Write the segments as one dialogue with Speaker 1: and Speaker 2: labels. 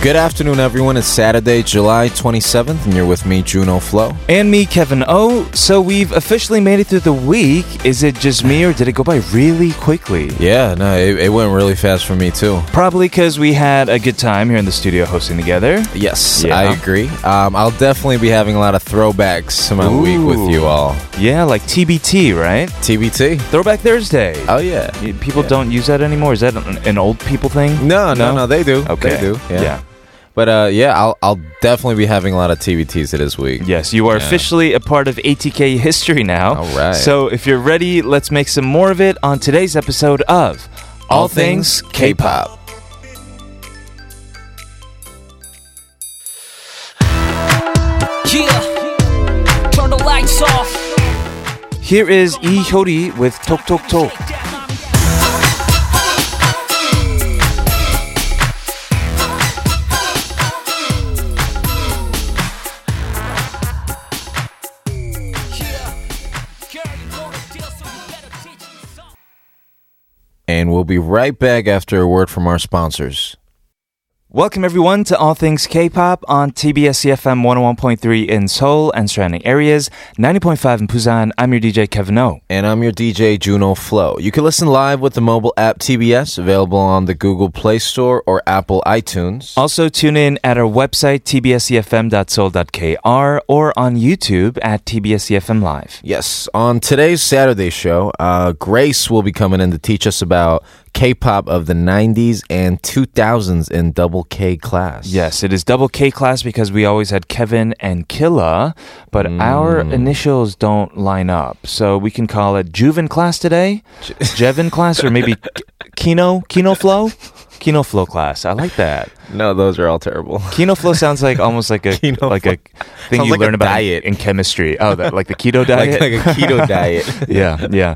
Speaker 1: Good afternoon, everyone. It's Saturday, July 27th, and you're with me, Juno Flo.
Speaker 2: And me, Kevin O. So we've officially made it through the week. Is it just me or did it go by really quickly?
Speaker 1: Yeah, no, it, it went really fast for me, too.
Speaker 2: Probably because we had a good time here in the studio hosting together.
Speaker 1: Yes,
Speaker 2: Yeah.
Speaker 1: I agree. Um, I'll definitely be having a lot of throwbacks to my week with
Speaker 2: Ooh.
Speaker 1: you all.
Speaker 2: Yeah, like TBT, right?
Speaker 1: TBT?
Speaker 2: Throwback Thursday.
Speaker 1: Oh, yeah.
Speaker 2: Y- People don't use that anymore. Is that an, an old people thing?
Speaker 1: No, no, no,
Speaker 2: No?
Speaker 1: they do.
Speaker 2: Okay.
Speaker 1: They do. Yeah. But uh, yeah, I'll, I'll definitely be having a lot of TBTs this week.
Speaker 2: Yes, you are
Speaker 1: Yeah.
Speaker 2: officially a part of ATK history now.
Speaker 1: All right.
Speaker 2: So if you're ready, let's make some more of it on today's episode of
Speaker 1: All Things K pop.
Speaker 3: Yeah. Turn the lights off.
Speaker 2: Here is Lee Hyori with Tok Tok Tok.
Speaker 1: And we'll be right back after a word from our sponsors.
Speaker 2: Welcome everyone to All Things K-pop on TBS EFM 101.3 in Seoul and surrounding areas, 90.5 in Busan. I'm your DJ Kevin O.
Speaker 1: And I'm your DJ Juno Flow. You can listen live with the mobile app TBS, available on the Google Play Store or Apple iTunes.
Speaker 2: Also tune in at our website E tbsefm.soul.kr or on YouTube at tbsefm E live.
Speaker 1: Yes, on today's Saturday show, uh, Grace will be coming in to teach us about K pop of the 90s and 2000s in double K class.
Speaker 2: Yes, it is double K class because we always had Kevin and Killa, but our initials don't line up. So we can call it Juven class today, Jevin class, or maybe K- Kino, Kino Flow? Kino Flow class. I like that.
Speaker 1: No, those are all terrible.
Speaker 2: Kino Flow sounds like almost like a
Speaker 1: Kino
Speaker 2: like a thing
Speaker 1: Sounds
Speaker 2: you
Speaker 1: like a
Speaker 2: learn about
Speaker 1: diet.
Speaker 2: in chemistry. Oh, that, like the keto diet.
Speaker 1: like, like a keto diet.
Speaker 2: yeah, yeah.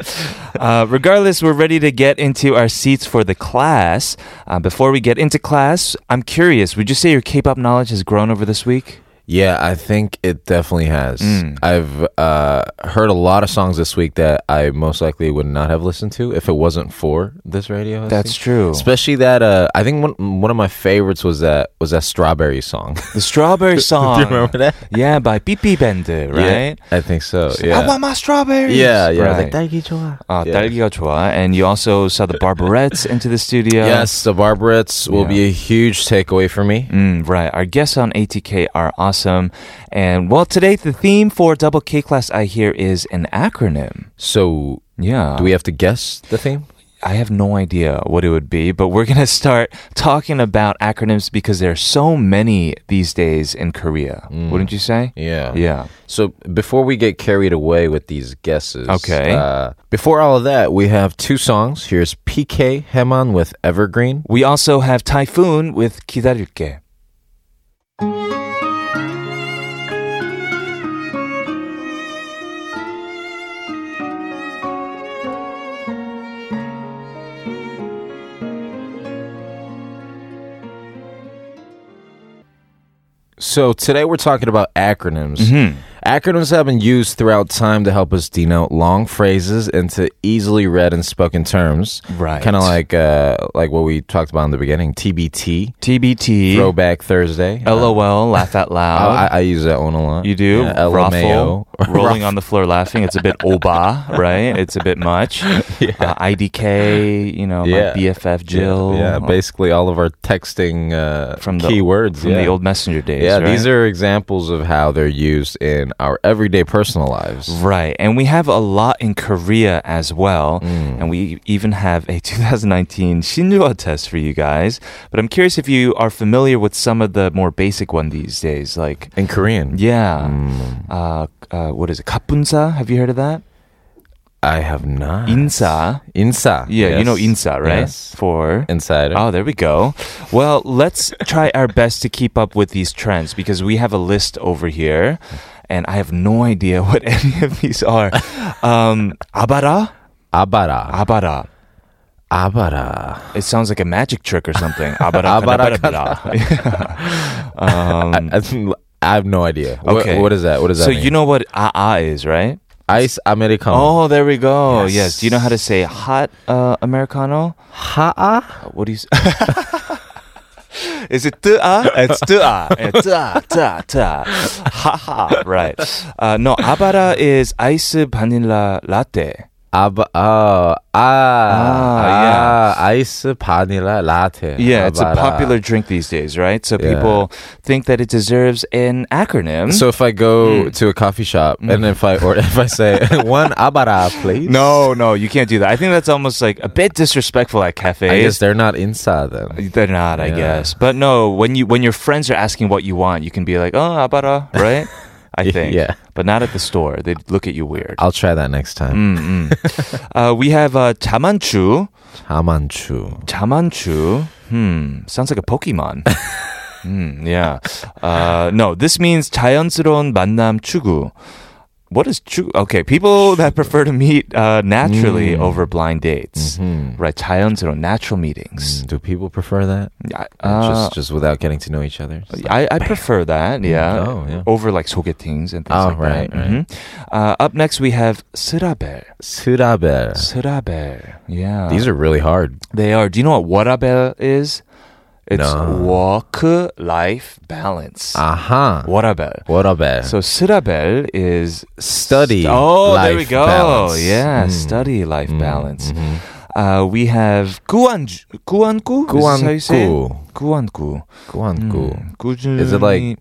Speaker 2: Uh, regardless, we're ready to get into our seats for the class. Uh, before we get into class, I'm curious. Would you say your K-pop knowledge has grown over this week?
Speaker 1: Yeah, I think it definitely has. I've uh, heard a lot of songs this week that I most likely would not have listened to if it wasn't for this radio. I
Speaker 2: That's
Speaker 1: think.
Speaker 2: true.
Speaker 1: Especially that uh, I think one one of my favorites was that was that strawberry song.
Speaker 2: The Strawberry Song.
Speaker 1: Do you remember that?
Speaker 2: Yeah, by BP Bender, right?
Speaker 1: Yeah, I think so.
Speaker 2: I
Speaker 1: Yeah.
Speaker 2: want my strawberries.
Speaker 1: yeah, yeah. Ah, I think,
Speaker 2: Right.
Speaker 1: "딸기 좋아."
Speaker 2: Uh,
Speaker 1: Yeah.
Speaker 2: 딸기가 좋아. And you also saw the Barbarettes into the studio.
Speaker 1: Yes, the Barbarettes will be a huge takeaway for me.
Speaker 2: Mm, right. Our guests on ATK are awesome. And well, today the theme for Double K class I hear is an acronym.
Speaker 1: So,
Speaker 2: Yeah.
Speaker 1: do we have to guess the theme?
Speaker 2: I have no idea what it would be, but we're going to start talking about acronyms because there are so many these days in Korea. Wouldn't you say?
Speaker 1: Mm. Yeah.
Speaker 2: Yeah.
Speaker 1: So before we get carried away with these guesses,
Speaker 2: Okay.
Speaker 1: Uh, before all of that, we have two songs. Here's PK Heman with Evergreen.
Speaker 2: We also have Typhoon with 기다릴게.
Speaker 1: So today we're talking about acronyms.
Speaker 2: Mm-hmm.
Speaker 1: Acronyms have been used throughout time to help us denote long phrases into easily read and spoken terms.
Speaker 2: Right.
Speaker 1: Kind of like uh, like what we talked about in the beginning. TBT,
Speaker 2: TBT.
Speaker 1: Throwback Thursday. Uh,
Speaker 2: LOL, laugh out loud.
Speaker 1: I, I use that one a lot.
Speaker 2: You do?
Speaker 1: Yeah, LMAO.
Speaker 2: Ruffle, rolling on the floor laughing. It's a bit oba, right? It's a bit much. Uh, IDK, you know,
Speaker 1: Yeah.
Speaker 2: my BFF Jill. uh,
Speaker 1: Yeah, basically all of our texting uh,
Speaker 2: From the-
Speaker 1: keywords
Speaker 2: from
Speaker 1: yeah.
Speaker 2: the old messenger days.
Speaker 1: Yeah,
Speaker 2: right?
Speaker 1: these are examples of how they're used in our everyday personal lives.
Speaker 2: Right. And we have a lot in Korea as well.
Speaker 1: Mm.
Speaker 2: And we even have a 2019 Shinjuwa test for you guys. But I'm curious if you are familiar with some of the more basic one these days. Like,
Speaker 1: In Korean,
Speaker 2: yeah.
Speaker 1: Mm.
Speaker 2: Uh, uh, what is it? Kapunsa? Have you heard of that?
Speaker 1: I have not.
Speaker 2: Insa.
Speaker 1: Insa.
Speaker 2: Yeah, you know
Speaker 1: yes.
Speaker 2: Insa, right?
Speaker 1: Yes.
Speaker 2: For.
Speaker 1: Insider.
Speaker 2: Oh, there we go. Well, let's try our best to keep up with these trends because we have a list over here, and I have no idea what any of these are. Um, abara,
Speaker 1: Abara.
Speaker 2: abara.
Speaker 1: Abara.
Speaker 2: It sounds like a magic trick or something. Abara,
Speaker 1: Abara-
Speaker 2: um,
Speaker 1: I, think- I have no idea.
Speaker 2: Okay.
Speaker 1: What, what is that? What is that?
Speaker 2: so you know what aa is, right?
Speaker 1: ice americano.
Speaker 2: Oh, there we go. Yes.
Speaker 1: Yes.
Speaker 2: Do you know how to say hot uh, americano?
Speaker 1: ha.
Speaker 2: What do you? s- Is it 뜨아? It's 뜨아. It's 뜨아, 뜨아, 뜨아. Haha. Right. Uh, no, 아바라 is ice vanilla latte.
Speaker 1: Ab- oh, ah,
Speaker 2: Ah,
Speaker 1: ah, ice vanilla latte.
Speaker 2: Yeah, it's a
Speaker 1: Abara.
Speaker 2: popular drink these days, right? So
Speaker 1: Yeah.
Speaker 2: people think that it deserves an acronym.
Speaker 1: So if I
Speaker 2: Hmm.
Speaker 1: go to a coffee shop and if I or if I say one abara, please.
Speaker 2: no, no, you can't do that. I think that's almost like a bit disrespectful at cafes.
Speaker 1: I guess they're not inside then.
Speaker 2: They're not, I
Speaker 1: Yeah.
Speaker 2: guess. But no, when you when your friends are asking what you want, you can be like, "Oh, abara," right? I think.
Speaker 1: Yeah. Uh,
Speaker 2: But not at the store. They look at you weird.
Speaker 1: I'll try that next time.
Speaker 2: Mm, mm. uh, we have uh, 자만추.
Speaker 1: Hamanchu.
Speaker 2: 자만추. Hmm. Sounds like a Pokemon. Hmm. yeah. Uh, no, this means 자연스러운 만남 추구. What is 추구? Okay, people that prefer to meet uh, naturally
Speaker 1: Mm.
Speaker 2: over blind dates.
Speaker 1: Mm-hmm.
Speaker 2: Right, 자연스러운, natural meetings.
Speaker 1: Do people prefer that?
Speaker 2: I-
Speaker 1: Uh,
Speaker 2: uh,
Speaker 1: just just without getting to know each other. It's like-
Speaker 2: I, I prefer that, yeah.
Speaker 1: Oh, yeah.
Speaker 2: Over like 소개팅s and things
Speaker 1: Oh,
Speaker 2: like
Speaker 1: right,
Speaker 2: that.
Speaker 1: right.
Speaker 2: Mhm. Uh, up next, we have 스라벨.
Speaker 1: Surabel.
Speaker 2: 스라벨. Yeah.
Speaker 1: These are really hard.
Speaker 2: They are. Do you know what warabel is? It's
Speaker 1: No.
Speaker 2: walk life balance.
Speaker 1: Aha. Uh-huh.
Speaker 2: warabel.
Speaker 1: Surabel.
Speaker 2: So sirabel is
Speaker 1: Study
Speaker 2: oh, there
Speaker 1: life
Speaker 2: we go.
Speaker 1: balance. hmm. Mm.
Speaker 2: Yeah, study life balance.
Speaker 1: Mm-hmm.
Speaker 2: Uh, we have guanju, guanku. Is this how you say it?
Speaker 1: Guanku.
Speaker 2: Guanku.
Speaker 1: Guangu.
Speaker 2: Mm. 꾸준히-
Speaker 1: Is it like-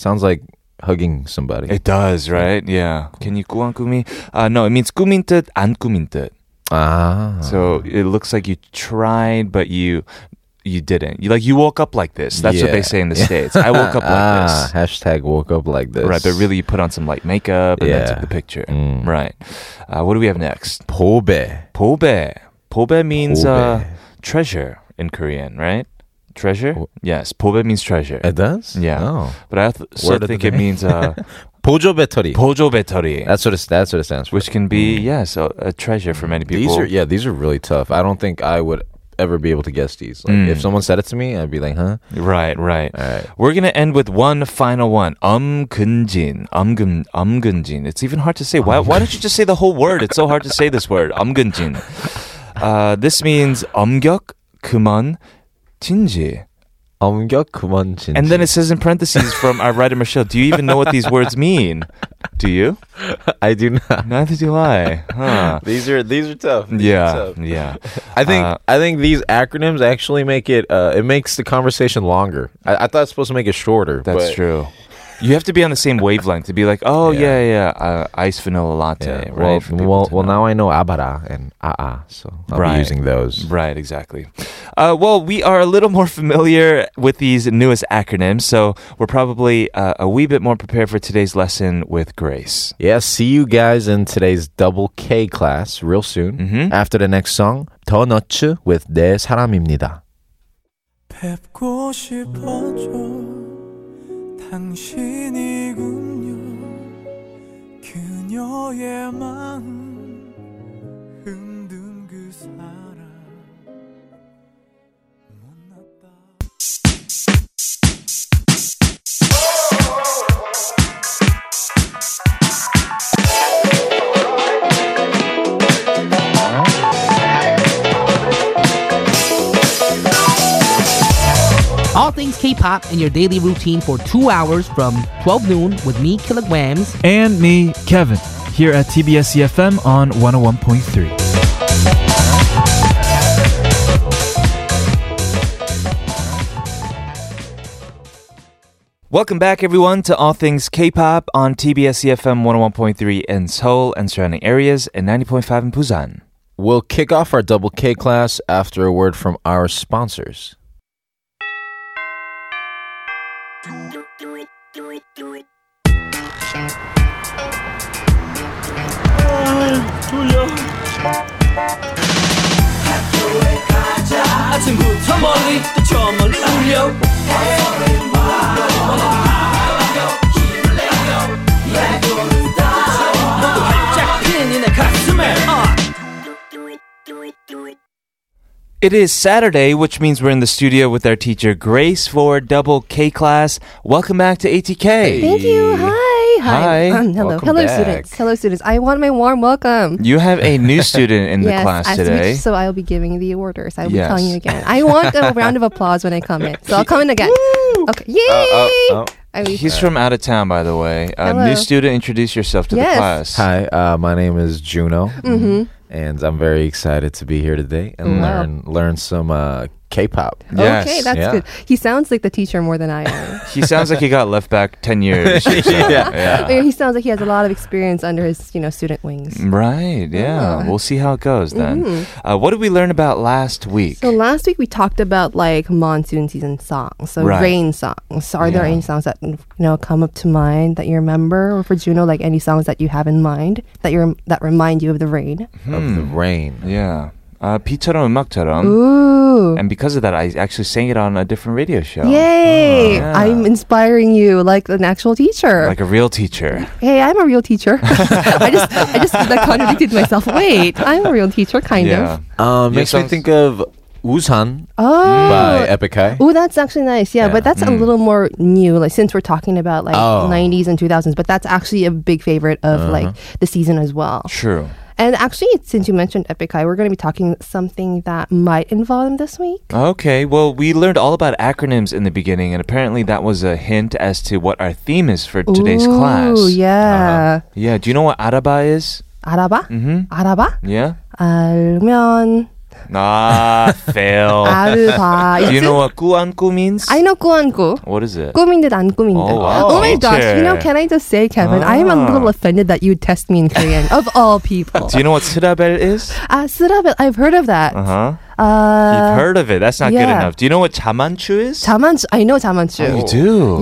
Speaker 1: Sounds like hugging somebody.
Speaker 2: It does, right? Yeah. Can you 꾸안 꾸미? Uh, no, it means 꾸민 뜻, 안 꾸민 뜻.
Speaker 1: ah.
Speaker 2: So it looks like you tried, but you you didn't. You like you woke up like this. That's what they
Speaker 1: Yeah.
Speaker 2: say in the states. I woke up like
Speaker 1: ah,
Speaker 2: this.
Speaker 1: Hashtag woke up like this.
Speaker 2: Right, but really you put on some light makeup and then
Speaker 1: Yeah.
Speaker 2: took the picture.
Speaker 1: Mm.
Speaker 2: Right. Uh, what do we have next?
Speaker 1: Pobe.
Speaker 2: Pobe. Pobe means uh,
Speaker 1: Pobe.
Speaker 2: treasure in Korean, right? Treasure?
Speaker 1: Po-
Speaker 2: yes, pobe means treasure.
Speaker 1: It does?
Speaker 2: Yeah.
Speaker 1: Oh.
Speaker 2: but I th- still
Speaker 1: Word of the
Speaker 2: think it
Speaker 1: day.
Speaker 2: means uh,
Speaker 1: Pojo Betori.
Speaker 2: 보조 배터리.
Speaker 1: that's what it, that's what it stands for.
Speaker 2: which can be yes a, a treasure for many people.
Speaker 1: Mm. these are yeah, these are really tough. I don't think I would ever be able to guess these. Like
Speaker 2: Mm.
Speaker 1: if someone said it to me, I'd be like, huh?
Speaker 2: right, right.
Speaker 1: Alright.
Speaker 2: We're gonna end with one final one. Um 엄근진, 엄근, 엄근진. um It's even hard to say. Why? Why don't you just say the whole word? It's so hard to say this word. 엄근진. Uh, this means 엄격 그만 진지.
Speaker 1: 엄격 그만 진지.
Speaker 2: And then it says in parentheses from our writer Michelle. Do you even know what these words mean? Do you?
Speaker 1: I do not.
Speaker 2: Neither do I. Huh.
Speaker 1: These are these are tough. These are tough.
Speaker 2: Yeah, yeah.
Speaker 1: I think
Speaker 2: Uh,
Speaker 1: I think these acronyms actually make it uh, it makes the conversation longer. I, I thought it's supposed to make it shorter.
Speaker 2: That's
Speaker 1: but-
Speaker 2: true. You have to be on the same wavelength to be like, oh yeah,
Speaker 1: Yeah.
Speaker 2: yeah, uh, ice vanilla
Speaker 1: Yeah.
Speaker 2: latte,
Speaker 1: Well,
Speaker 2: right? for people
Speaker 1: well,
Speaker 2: to
Speaker 1: well,
Speaker 2: know.
Speaker 1: now I know abara and aa, so I'll
Speaker 2: Right.
Speaker 1: be using those.
Speaker 2: Right, exactly. Uh, well, we are a little more familiar with these newest acronyms, so we're probably uh, a wee bit more prepared for today's lesson with Grace.
Speaker 1: Yeah, see you guys in today's double K class real soon.
Speaker 2: Mm-hmm.
Speaker 1: After the next song, 더 너츠 with 내 사람입니다.
Speaker 4: 뵙고 싶어져 당신이군요 그녀의 마음 흔든 그 사람 못났다
Speaker 5: All things K-pop in your daily routine for two hours from 12 noon with me, Kilograms.
Speaker 6: and me, Kevin, here at TBS EFM E on 101.3.
Speaker 2: Welcome back, everyone, to All Things K-pop on TBS EFM 101.3 in Seoul and surrounding areas, and 90.5 in Busan.
Speaker 1: We'll kick off our double K class after a word from our sponsors.
Speaker 3: 아침부터 멀리 또저 멀리 울려 너도 활짝 핀 이내 가슴에 아.
Speaker 2: It is Saturday, which means we're in the studio with our teacher Grace for double K class. Welcome back to ATK.
Speaker 7: Thank you. Hi. Hi.
Speaker 2: Hi.
Speaker 7: hello.
Speaker 1: Welcome
Speaker 7: hello,
Speaker 1: back.
Speaker 7: students. Hello, students. I want my warm welcome.
Speaker 2: You have a new student in the
Speaker 7: yes,
Speaker 2: class
Speaker 7: as we-
Speaker 2: today.
Speaker 7: so I'll be giving the orders. I will be telling
Speaker 2: Yes.
Speaker 7: you again. I want a round of applause when I come in. So I'll come in again. Okay. Yay!
Speaker 1: Oh,
Speaker 7: I will-
Speaker 2: Uh, He's from out of town, by the way. Uh,
Speaker 7: Hello.
Speaker 2: new student, introduce yourself to
Speaker 7: Yes. Mm-hmm.
Speaker 2: the class.
Speaker 1: Hi, uh, my name is Juno, and I'm very excited to be here today and
Speaker 7: Wow.
Speaker 1: learn learn some uh, K-pop.
Speaker 2: Yes.
Speaker 7: Okay, that's
Speaker 1: Yeah.
Speaker 7: good. He sounds like the teacher more than I am.
Speaker 2: He sounds like he got left back 10 years. or so.
Speaker 7: I mean, he sounds like he has a lot of experience under his, you know, student wings.
Speaker 2: Right, yeah.
Speaker 7: Ah.
Speaker 2: We'll see how it goes then. Uh, what did we learn about last week?
Speaker 7: Mm-hmm. So last week we talked about like monsoon season songs, so
Speaker 2: Right.
Speaker 7: rain songs. Are there
Speaker 2: Yeah.
Speaker 7: any songs that you know come up to mind that you remember, or for Juno, like any songs that you have in mind that you that remind you of the rain?
Speaker 1: Of the rain.
Speaker 2: yeah. Uh, 비처럼 음악처럼.
Speaker 7: Ooh,
Speaker 2: And because of that, I actually sang it on a different radio show.
Speaker 7: yay!
Speaker 2: Oh, Yeah.
Speaker 7: I'm inspiring you like an actual teacher.
Speaker 2: Like a real teacher.
Speaker 7: hey, I'm a real teacher. I just I just like, contradicted myself. Wait, I'm a real teacher, kind
Speaker 2: yeah.
Speaker 7: of.
Speaker 1: Um,
Speaker 2: Yeah,
Speaker 1: makes me
Speaker 2: sounds-
Speaker 1: think of Wusan
Speaker 7: Oh,
Speaker 1: by Epic High.
Speaker 7: Oh, that's actually nice. Yeah,
Speaker 1: Yeah.
Speaker 7: but that's
Speaker 2: Mm.
Speaker 7: a little more new. Like since we're talking about like
Speaker 1: Oh.
Speaker 7: 90s and 2000s, but that's actually a big favorite of
Speaker 2: Uh-huh.
Speaker 7: like the season as well.
Speaker 2: True.
Speaker 7: And actually, since you mentioned Epic High, we're going to be talking something that might involve them this week.
Speaker 2: Okay, well, we learned all about acronyms in the beginning, and apparently that was a hint as to what our theme is for today's
Speaker 7: Ooh,
Speaker 2: class. Uh-huh.
Speaker 7: yeah.
Speaker 2: Yeah, do you know what araba is?
Speaker 7: 알아봐?
Speaker 2: Mm-hmm.
Speaker 7: 알아봐?
Speaker 2: Yeah?
Speaker 7: 알면
Speaker 2: Ah, fail.
Speaker 7: 알바.
Speaker 2: do you know what guanku means?
Speaker 7: I know 꾸안꾸.
Speaker 2: What is it?
Speaker 7: 꾸민 듯, 안 꾸민 듯.
Speaker 2: Oh, wow.
Speaker 7: my gosh. You know,
Speaker 2: Teacher.
Speaker 7: can I just say, Kevin, I am a
Speaker 2: Ah.
Speaker 7: little offended that you test me in Korean, of all people.
Speaker 2: Do you know what sirabel is?
Speaker 7: Ah, 쓰라벨. I've heard of that.
Speaker 2: Uh-huh.
Speaker 7: Uh,
Speaker 2: You've heard of it. That's not good
Speaker 7: yeah.
Speaker 2: enough. Do you know what 자만추 is?
Speaker 7: 자만추. I know 자만추.
Speaker 2: you do?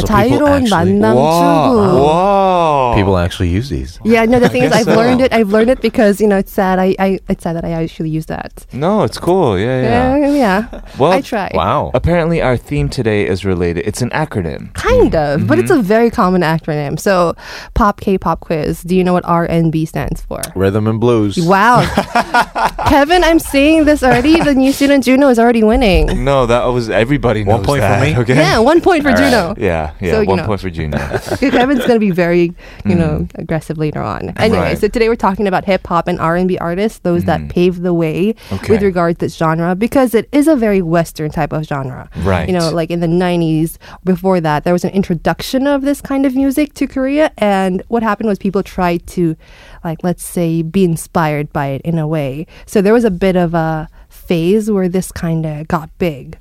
Speaker 1: Oh, Wow, so people
Speaker 7: 자유로운
Speaker 1: actually-
Speaker 7: 만남 추구.
Speaker 2: Wow.
Speaker 1: People actually use these.
Speaker 7: Yeah, no. The thing is,
Speaker 2: guess
Speaker 7: I've
Speaker 2: so.
Speaker 7: learned it. I've learned it because you know it's sad. I, I it's sad that I actually use that.
Speaker 2: No, it's cool. Yeah, yeah.
Speaker 7: Yeah, yeah.
Speaker 2: Well,
Speaker 7: I try.
Speaker 1: Wow.
Speaker 2: Apparently, our theme today is related. It's an acronym.
Speaker 7: Kind of, but
Speaker 1: Mm-hmm.
Speaker 7: it's a very common acronym. So, pop K-pop quiz. Do you know what RNB stands for?
Speaker 1: Rhythm and blues.
Speaker 7: Wow, Kevin, I'm seeing this already. The new student Juno is already winning.
Speaker 2: No, that was everybody.
Speaker 1: One
Speaker 2: knows
Speaker 1: point for
Speaker 2: that,
Speaker 1: me?
Speaker 2: Okay.
Speaker 7: Yeah, one point for
Speaker 1: All right.
Speaker 7: Juno.
Speaker 2: Yeah, yeah.
Speaker 7: So, you
Speaker 2: one
Speaker 7: know.
Speaker 2: point for Junior.
Speaker 7: Kevin's gonna be very, you know, aggressive later on. Anyway,
Speaker 2: Mm. Right. Mm.
Speaker 7: so today we're talking about hip hop and R and B artists, those that paved the way
Speaker 2: Okay.
Speaker 7: with regards to this genre, because it is a very Western type of genre.
Speaker 2: Right.
Speaker 7: You know, like in the '90s. Before that, there was an introduction of this kind of music to Korea, and what happened was people tried to, like, let's say, be inspired by it in a way. So there was a bit of a phase where this kind of got big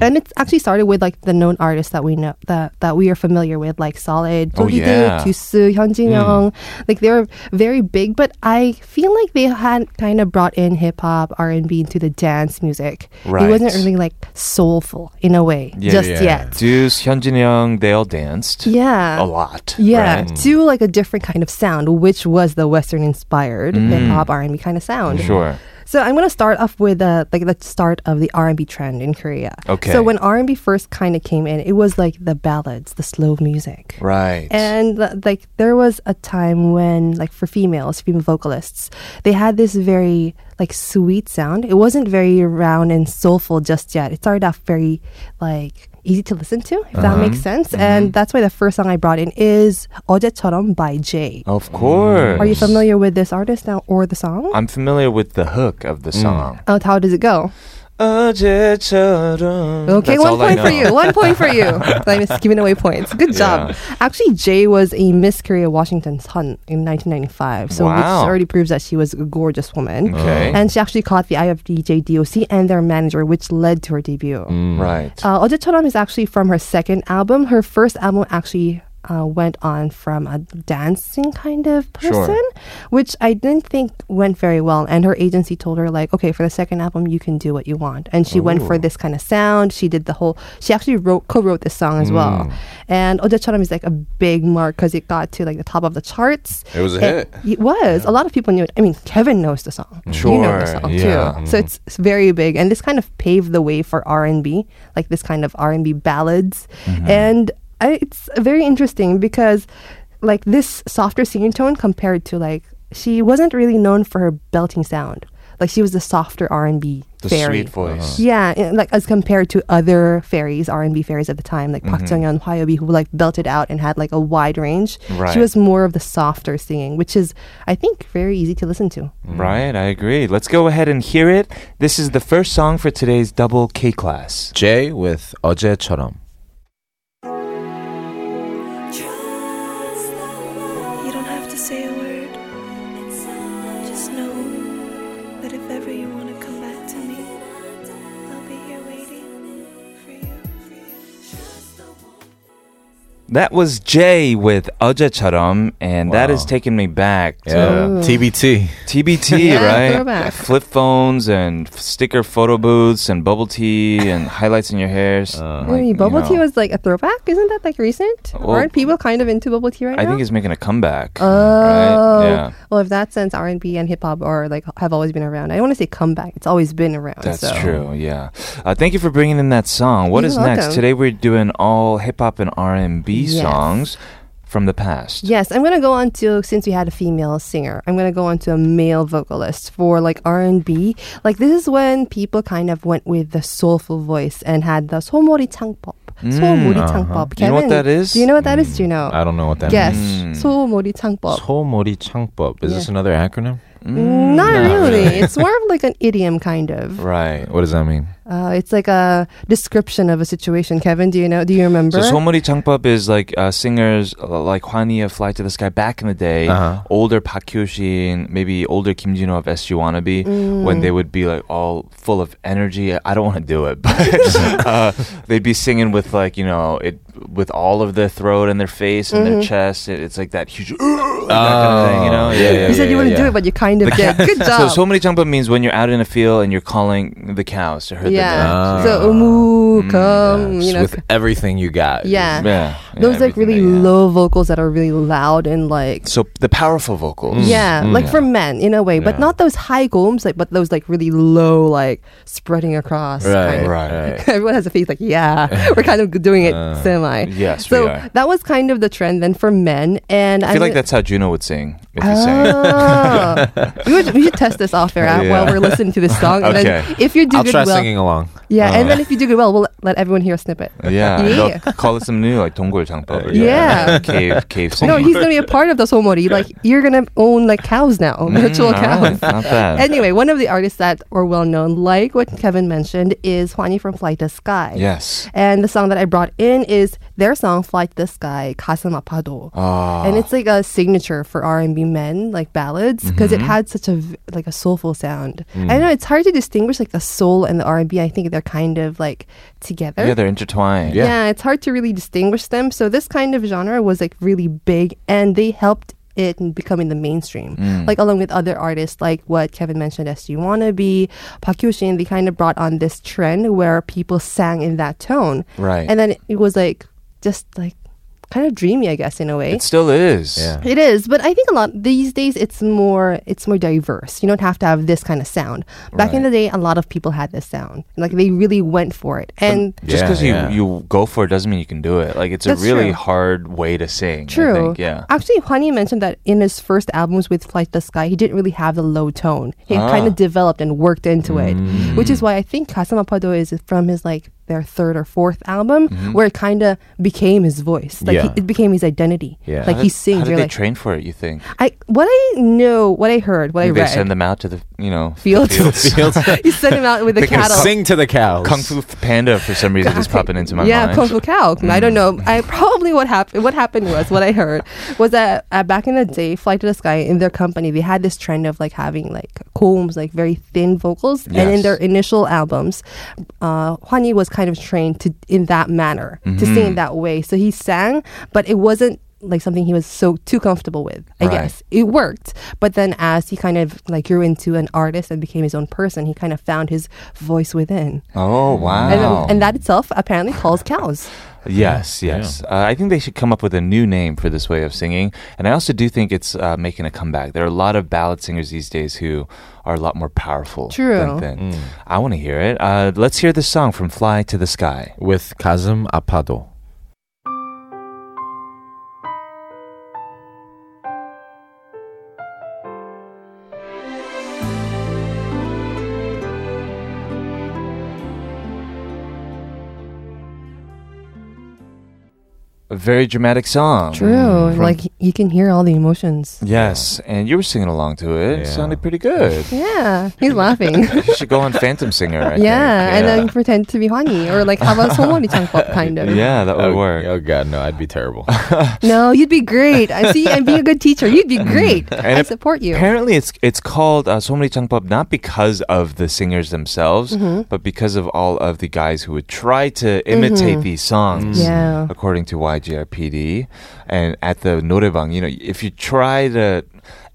Speaker 7: and it's actually started with like the known artists that we know that that we are familiar with, like Solid,
Speaker 2: Oh,
Speaker 7: Dogi
Speaker 2: yeah. Hmm.
Speaker 7: Tusu, Hyunjin Like they're very big, but I feel like they had kind of brought in hip hop, R and B into the dance music. It wasn't
Speaker 2: Right.
Speaker 7: really like soulful in a way
Speaker 2: Yeah,
Speaker 7: just
Speaker 1: yeah.
Speaker 7: yet.
Speaker 2: Deuce, Hyunjin Young, they all danced.
Speaker 7: Yeah.
Speaker 2: A lot.
Speaker 7: Yeah,
Speaker 2: Right?
Speaker 7: to like a different kind of sound, which was the Western inspired hip hop R and B kind of sound.
Speaker 2: Mm. Sure.
Speaker 7: So I'm gonna start off with uh, like the start of the R&B trend in Korea.
Speaker 2: Okay.
Speaker 7: So when R&B first kind of came in, it was like the ballads, the slow music.
Speaker 2: Right.
Speaker 7: And uh, like there was a time when like for females, female vocalists, they had this very like sweet sound. It wasn't very round and soulful just yet. It started off very like easy to listen to, if that makes
Speaker 2: Uh-huh.
Speaker 7: sense.
Speaker 2: Mm-hmm.
Speaker 7: And that's why the first song I brought in is 어제처럼 by Jay.
Speaker 2: of course.
Speaker 7: Are you familiar with this artist now or the song?
Speaker 2: I'm familiar with the hook of the song.
Speaker 7: Oh, how does it go?
Speaker 2: 어제처럼.
Speaker 7: Okay,
Speaker 2: That's
Speaker 7: one
Speaker 2: all I
Speaker 7: point for
Speaker 2: know.
Speaker 7: you. One point for you. I'm just giving away points. Good job. Actually, Jay was a Miss Korea Washington Sun in 1995, so which
Speaker 2: Wow.
Speaker 7: already proves that she was a gorgeous woman.
Speaker 2: Okay.
Speaker 7: And she actually caught the eye of DJ DOC and their manager, which led to her debut.
Speaker 2: Mm. Right.
Speaker 7: Uh, 어제처럼 is actually from her second album. Her first album actually uh, went on from a dancing kind of
Speaker 2: Sure.
Speaker 7: person, which I didn't think went very well. And her agency told her like, okay, for the second album, you can do what you want. And she went for this kind of sound. She did the whole. She actually wrote co-wrote this song as
Speaker 2: Mm.
Speaker 7: well. And 어제처럼 is like a big mark because it got to like the top of the charts.
Speaker 1: It was a
Speaker 7: It, it was. A lot of people knew it. I mean, Kevin knows the song. You know
Speaker 2: Sure,
Speaker 7: the song
Speaker 2: yeah.
Speaker 7: too. So it's, it's very big, and this kind of paved the way for R and B, like this kind of R and B ballads,
Speaker 2: Mm-hmm.
Speaker 7: and I, it's very interesting because, like, this softer singing tone compared to like she wasn't really known for her belting sound. Like she was the softer R and B
Speaker 2: The
Speaker 7: fairy. Uh-huh.
Speaker 2: sweet voice.
Speaker 7: Yeah, and, like as compared to other fairies, R and B fairies at the time, like Park
Speaker 2: Mm-hmm.
Speaker 7: Jung and Hwa Yobi, who like belted out and had like a wide range.
Speaker 2: Right.
Speaker 7: She was more of the softer singing, which is I think very easy to listen to.
Speaker 2: Right, I agree. Let's go ahead and hear it. This is the first song for today's double K class.
Speaker 1: Jay with 어제처럼.
Speaker 8: You don't have to say a word. Just know that if ever you want to come back to me, I'll be here waiting for you.
Speaker 2: That was Jay with 어제처럼, and that
Speaker 1: Wow.
Speaker 2: has taken me back to
Speaker 1: Yeah.
Speaker 7: Ooh.
Speaker 1: TBT.
Speaker 2: TBT,
Speaker 7: Yeah,
Speaker 2: right?
Speaker 7: throwback.
Speaker 2: Flip phones and f- sticker photo booths and bubble tea and highlights in your hairs. Like,
Speaker 7: Wait,
Speaker 2: you
Speaker 7: bubble tea
Speaker 2: know.
Speaker 7: was like a throwback, isn't that like recent?
Speaker 2: Well,
Speaker 7: Aren't people kind of into bubble tea right
Speaker 2: I
Speaker 7: now?
Speaker 2: think it's making a comeback.
Speaker 7: Oh,
Speaker 2: Right? Yeah.
Speaker 7: well, if that sense R and B and hip hop are like have always been around, I want to say comeback. It's always been around.
Speaker 2: That's
Speaker 7: so.
Speaker 2: true. Yeah. Uh, thank you for bringing in that song. What
Speaker 7: You're
Speaker 2: is next?
Speaker 7: welcome.
Speaker 2: Today we're doing all hip hop and R and B
Speaker 7: Yes.
Speaker 2: songs from the past.
Speaker 7: Yes, I'm gonna go on to since we had a female singer, I'm gonna go on to a male vocalist for like R and B. Like this is when people kind of went with the soulful voice and had the 소머리 창법. 소머리
Speaker 2: Mm,
Speaker 7: 창법.
Speaker 2: uh-huh. Do you know what
Speaker 7: Kevin,
Speaker 2: that is? Mm. Uh,
Speaker 7: Do you know what that is? Do you know?
Speaker 1: I don't know what that
Speaker 7: Guess.
Speaker 1: means.
Speaker 7: 소머리 창법.
Speaker 1: 소머리 창법. Is this
Speaker 7: Yeah.
Speaker 1: another acronym?
Speaker 7: Not really. it's more of like an idiom, kind of.
Speaker 2: Mm, Right.
Speaker 1: What does that mean?
Speaker 7: Uh, it's like a description of a situation. Kevin, do you know? Do you remember?
Speaker 2: So Somori Changbap is like uh, singers uh, like Hwani of Fly to the Sky back in the day,
Speaker 1: Uh-huh.
Speaker 2: older Park Kyoshin, maybe older Kim Jino of SG Wannabe,
Speaker 7: Mm.
Speaker 2: when they would be like all full of energy. I don't want to do it, but uh, they'd be singing with like you know it with all of their throat and their face and
Speaker 7: Mm-hmm.
Speaker 2: their chest. It, it's like that huge, like that kind of thing, you know?
Speaker 1: Oh, yeah, yeah,
Speaker 7: you said you wouldn't
Speaker 1: yeah.
Speaker 7: do it, but you kind of did. Good
Speaker 2: So
Speaker 7: job.
Speaker 2: Somori Changbap means when you're out in a field and you're calling the cows to herd
Speaker 7: yeah.
Speaker 1: Ah.
Speaker 7: So umu
Speaker 1: Yes,
Speaker 7: come, Um, you know.
Speaker 1: Uh, with everything you got.
Speaker 2: their
Speaker 7: yeah.
Speaker 2: cows. Yeah. yeah,
Speaker 7: Those like
Speaker 2: everything
Speaker 7: really
Speaker 2: that, yeah.
Speaker 7: low vocals that are really loud and like
Speaker 2: So mm, the powerful vocals.
Speaker 7: yeah, like for men in a way, but not those high gomes, like but those like really low, like spreading across. kind
Speaker 1: Right.
Speaker 7: of.
Speaker 1: Right.
Speaker 7: Everyone has a face like yeah, we're kind of doing it semi.
Speaker 2: yes,
Speaker 7: so
Speaker 2: we are.
Speaker 7: that was kind of the trend then for men, and
Speaker 2: I feel like that's how Juno would sing if he sang.
Speaker 7: Oh, we, would, we should test this off air out
Speaker 2: Yeah.
Speaker 7: while we're listening to this song. And
Speaker 2: Okay. Ah.
Speaker 7: then if you do
Speaker 1: I'll
Speaker 7: good
Speaker 1: try
Speaker 7: well,
Speaker 1: singing along.
Speaker 7: yeah, and then if you do good well, we'll let- let everyone hear a snippet.
Speaker 2: Yeah,
Speaker 7: Yeah.
Speaker 2: they'll call it some new like 동굴 장법. or
Speaker 7: Yeah.
Speaker 2: cave cave singing.
Speaker 7: No, he's gonna be a part of the somori. Like you're gonna own like cows now,
Speaker 2: All
Speaker 7: virtual cows.
Speaker 2: right, Mm, Oh, not bad.
Speaker 7: Anyway, one of the artists that are well known, like what Kevin mentioned, is Hwani from Flight to Sky.
Speaker 2: yes.
Speaker 7: And the song that I brought in is their song "Flight to Sky," Kasama Pado,
Speaker 2: Ah.
Speaker 7: and it's like a signature for R and B men, like ballads, because
Speaker 2: Mm-hmm.
Speaker 7: it had such a v- like a soulful sound.
Speaker 2: Mm.
Speaker 7: I know it's hard to distinguish like the soul and the R and B. I think they're kind of like together.
Speaker 2: Yeah, they're intertwined.
Speaker 7: Yeah. it's hard to really distinguish them. So this kind of genre was like really big and they helped it in becoming the mainstream.
Speaker 2: Mm.
Speaker 7: Like along with other artists like what Kevin mentioned as you wanna be, Park Hyoshin, they kind of brought on this trend where people sang in that tone.
Speaker 2: Right.
Speaker 7: And then it was like just like kind of dreamy, I guess, in a way.
Speaker 2: It still is.
Speaker 1: Yeah.
Speaker 7: It is, but I think a lot these days it's more it's more diverse. You don't have to have this kind of sound. Back in the day, a lot of people had this sound. Like they really went for it. And
Speaker 1: Yeah,
Speaker 2: Just because
Speaker 1: yeah.
Speaker 2: you, you go for it doesn't mean you can do it. Like it's
Speaker 7: That's
Speaker 2: a really
Speaker 7: true.
Speaker 2: hard way to sing.
Speaker 7: True.
Speaker 2: I think. Yeah.
Speaker 7: Actually, Hwani mentioned that in his first albums with Flight to Sky, he didn't really have the low tone. He
Speaker 2: Ah.
Speaker 7: kind of developed and worked into
Speaker 2: Mm.
Speaker 7: it, which is why I think Casamapado is from his like their third or fourth album,
Speaker 2: Mm-hmm.
Speaker 7: where it kind of became his voice. Like
Speaker 1: Yeah.
Speaker 7: he, it became his identity.
Speaker 1: Yeah.
Speaker 7: Like
Speaker 2: How
Speaker 7: he
Speaker 2: did- How
Speaker 7: sings.
Speaker 2: did
Speaker 7: You're
Speaker 2: they
Speaker 7: like,
Speaker 2: train for it? You think?
Speaker 7: I what I know, what I heard, what I
Speaker 2: they
Speaker 7: read.
Speaker 2: send them out to the you know the
Speaker 7: Fields.
Speaker 2: fields.
Speaker 7: you send him out with a
Speaker 1: They can
Speaker 7: cattle.
Speaker 1: sing to the cows.
Speaker 2: Kung Fu Panda for some reason is popping into my
Speaker 7: yeah,
Speaker 2: mind. Mm.
Speaker 7: Kung Fu Cow. I don't know. I probably what happened. What happened was what I heard was that uh, back in the day, Flight to the Sky in their company they had this trend of like having like combs, like very thin vocals, and
Speaker 2: Yes.
Speaker 7: in their initial albums, uh, Hwani was kind of trained to in that manner
Speaker 2: Mm-hmm.
Speaker 7: to sing in that way. So he sang, but it wasn't like something he was so too comfortable with. I
Speaker 2: Right.
Speaker 7: guess it worked, but then as he kind of like grew into an artist and became his own person, he kind of found his voice within.
Speaker 2: Oh wow.
Speaker 7: And, and that itself apparently calls cows.
Speaker 2: Yes, yes. Uh, I think they should come up with a new name for this way of singing. And I also do think it's uh, making a comeback. There are a lot of ballad singers these days who are a lot more powerful. Than
Speaker 7: True. Mm.
Speaker 2: thin.
Speaker 1: Mm.
Speaker 2: I want to hear it. Uh, let's hear this song from Fly to the Sky.
Speaker 1: with Kazım Apado.
Speaker 2: a very dramatic song.
Speaker 7: True.
Speaker 2: Mm-hmm.
Speaker 7: like you can hear all the emotions.
Speaker 2: Yes, and you were singing along to it. It
Speaker 1: Yeah.
Speaker 2: sounded pretty good.
Speaker 7: Yeah, he's laughing.
Speaker 2: you should go on Phantom Singer. I
Speaker 7: yeah,
Speaker 2: think.
Speaker 7: and then pretend to be honey or like have a Somali pop kind of.
Speaker 2: yeah, that
Speaker 1: oh,
Speaker 2: would work.
Speaker 1: Oh god, no, I'd be terrible.
Speaker 7: No, you'd be great. I see. I'm being a good teacher. You'd
Speaker 2: Mm-hmm.
Speaker 7: be great. I
Speaker 2: ap-
Speaker 7: support you.
Speaker 2: Apparently, it's it's called uh, Somni Changbap not because of the singers themselves,
Speaker 7: Mm-hmm.
Speaker 2: but because of all of the guys who would try to imitate these songs.
Speaker 7: Mm-hmm. Yeah.
Speaker 2: According to YGRPD, and at the 노래방, you know, if you try to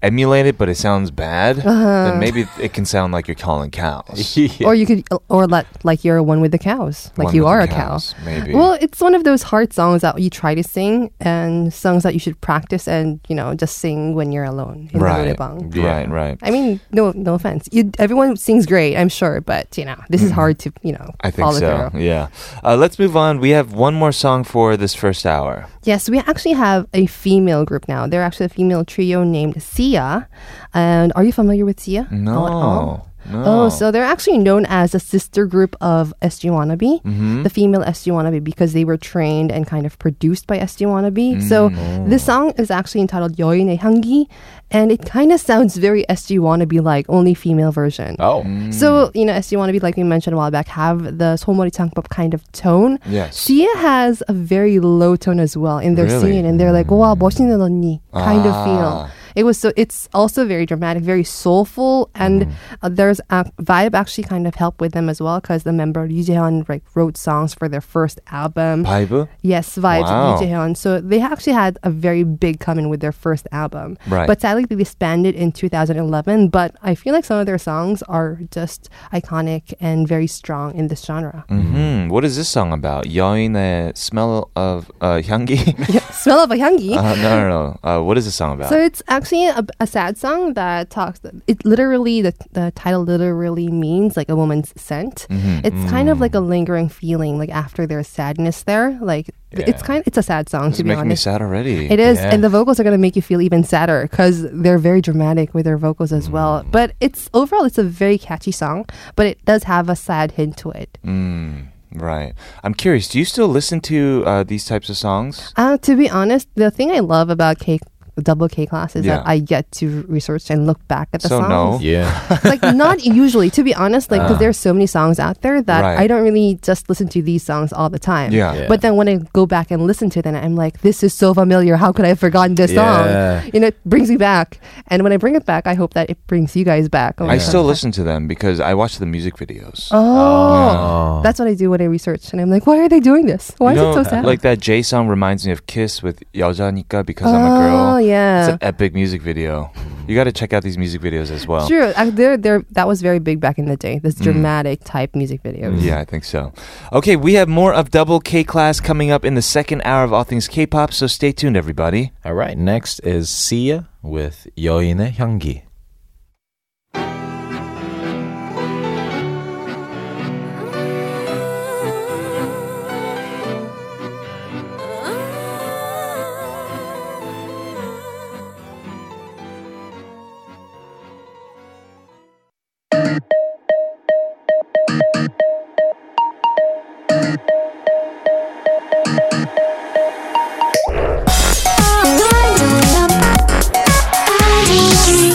Speaker 2: emulate it but it sounds bad,
Speaker 7: Uh-huh.
Speaker 2: then maybe it can sound like you're calling cows.
Speaker 7: Or you could, or let, like you're one with the cows, like
Speaker 2: One
Speaker 7: you
Speaker 2: with
Speaker 7: are
Speaker 2: the
Speaker 7: a cow.
Speaker 2: cows, maybe.
Speaker 7: Well, it's one of those hard songs that you try to sing and songs that you should practice and you know just sing when you're alone in
Speaker 2: right.
Speaker 7: the 노래방.
Speaker 2: Right. Right.
Speaker 7: I mean, no, no offense. You, everyone sings great, I'm sure, but you know this is hard to you know
Speaker 2: Hmm. I think
Speaker 7: follow
Speaker 2: so.
Speaker 7: through.
Speaker 2: Yeah. Uh, let's move on. We have one more song for this first hour.
Speaker 7: Yes, we actually have a female group now. They're actually a female trio named Sia. And are you familiar with Sia? at Oh, all?
Speaker 2: No. No.
Speaker 7: Oh, so they're actually known as a sister group of SG Wannabe,
Speaker 2: Mm-hmm.
Speaker 7: the female SG Wannabe, because they were trained and kind of produced by SG Wannabe.
Speaker 2: Mm.
Speaker 7: So this song is actually entitled 여인의 향기, and it kind of sounds very SG Wannabe like, only female version.
Speaker 1: oh.
Speaker 2: Mm.
Speaker 7: So, you know, SG Wannabe, like we mentioned a while back, have the 소머리 창법 kind of tone.
Speaker 2: Yes.
Speaker 7: Sia has a very low tone as well in their
Speaker 2: Really? Mm.
Speaker 7: scene, and they're like, wow, 멋있는 언니 kind of
Speaker 2: Ah.
Speaker 7: feel. It was so. It's also very dramatic, very soulful, and
Speaker 2: Mm.
Speaker 7: uh, there's a vibe actually kind of helped with them as well because the member Lee Jae-hyun like wrote songs for their first album.
Speaker 2: Bible?
Speaker 7: Yes, vibes
Speaker 2: Wow.
Speaker 7: of Lee Jae-hyun. So they actually had a very big come in with their first album.
Speaker 2: Right.
Speaker 7: But sadly, they disbanded in 2011. But I feel like some of their songs are just iconic and very strong in this genre.
Speaker 2: Hmm, what is this song about? 여인의 smell of uh, 향기?
Speaker 7: Yeah, Smell of a Hyangi.
Speaker 2: uh, no, no, no. Uh, what is this song about?
Speaker 7: So it's actually a, a sad song that talks. It literally the the title literally means like a woman's scent.
Speaker 2: Mm-hmm.
Speaker 7: It's kind
Speaker 2: Mm.
Speaker 7: of like a lingering feeling, like after there's sadness there. Like th- it's
Speaker 1: Yeah.
Speaker 7: kind. It's a sad song
Speaker 2: This is
Speaker 7: to be
Speaker 2: making me
Speaker 7: honest.
Speaker 2: sad already.
Speaker 7: It is,
Speaker 1: Yeah.
Speaker 7: and the vocals are gonna make you feel even sadder because they're very dramatic with their vocals as well.
Speaker 2: Mm.
Speaker 7: But it's overall, it's a very catchy song, but it does have a sad hint to it.
Speaker 2: Mm. Right. I'm curious, do you still listen to uh, these types of songs?
Speaker 7: Uh, to be honest, the thing I love about K double K class is
Speaker 2: Yeah.
Speaker 7: that I get to research and look back at the
Speaker 2: So
Speaker 7: songs.
Speaker 2: no. Uh.
Speaker 1: Yeah.
Speaker 7: like not usually to be honest like because there's so many songs out there that
Speaker 2: Right.
Speaker 7: i don't really just listen to these songs all the time
Speaker 2: Yeah. Yeah.
Speaker 7: but then when i go back and listen to them i'm like this is so familiar how could i have forgotten this
Speaker 1: Yeah.
Speaker 7: song you know it brings me back and when i bring it back i hope that it brings you guys back
Speaker 2: I still listen to them because I watch the music videos.
Speaker 7: oh that's what i do when i research and i'm like why are they doing this why
Speaker 2: You
Speaker 7: is
Speaker 2: know, uh,
Speaker 7: it so sad
Speaker 2: Like that J song reminds me of Kiss with 여자니까 because I'm a girl.
Speaker 7: Oh, yeah.
Speaker 2: It's an epic music video. You got to check out these music videos as well.
Speaker 7: True, I- they're, they're, that was very big back in the day. This dramatic type music video.
Speaker 2: Mm. Yeah, I think so. Okay, we have more of Double K Class coming up in the second hour of All Things K-pop, so stay tuned, everybody.
Speaker 1: All right. Next is Sia with 여인의 향기.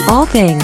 Speaker 9: All things.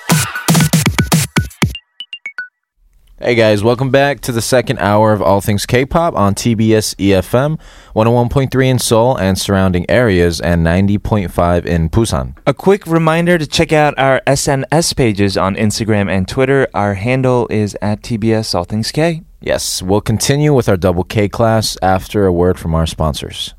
Speaker 1: Hey guys, welcome back to the second hour of All Things K-pop on TBS EFM, 101.3 in Seoul and surrounding areas, and 90.5 in Busan.
Speaker 2: A quick reminder to check out our SNS pages on Instagram and Twitter. Our handle is at TBS All Things K.
Speaker 1: Yes, we'll continue with our double K class after a word from our sponsors.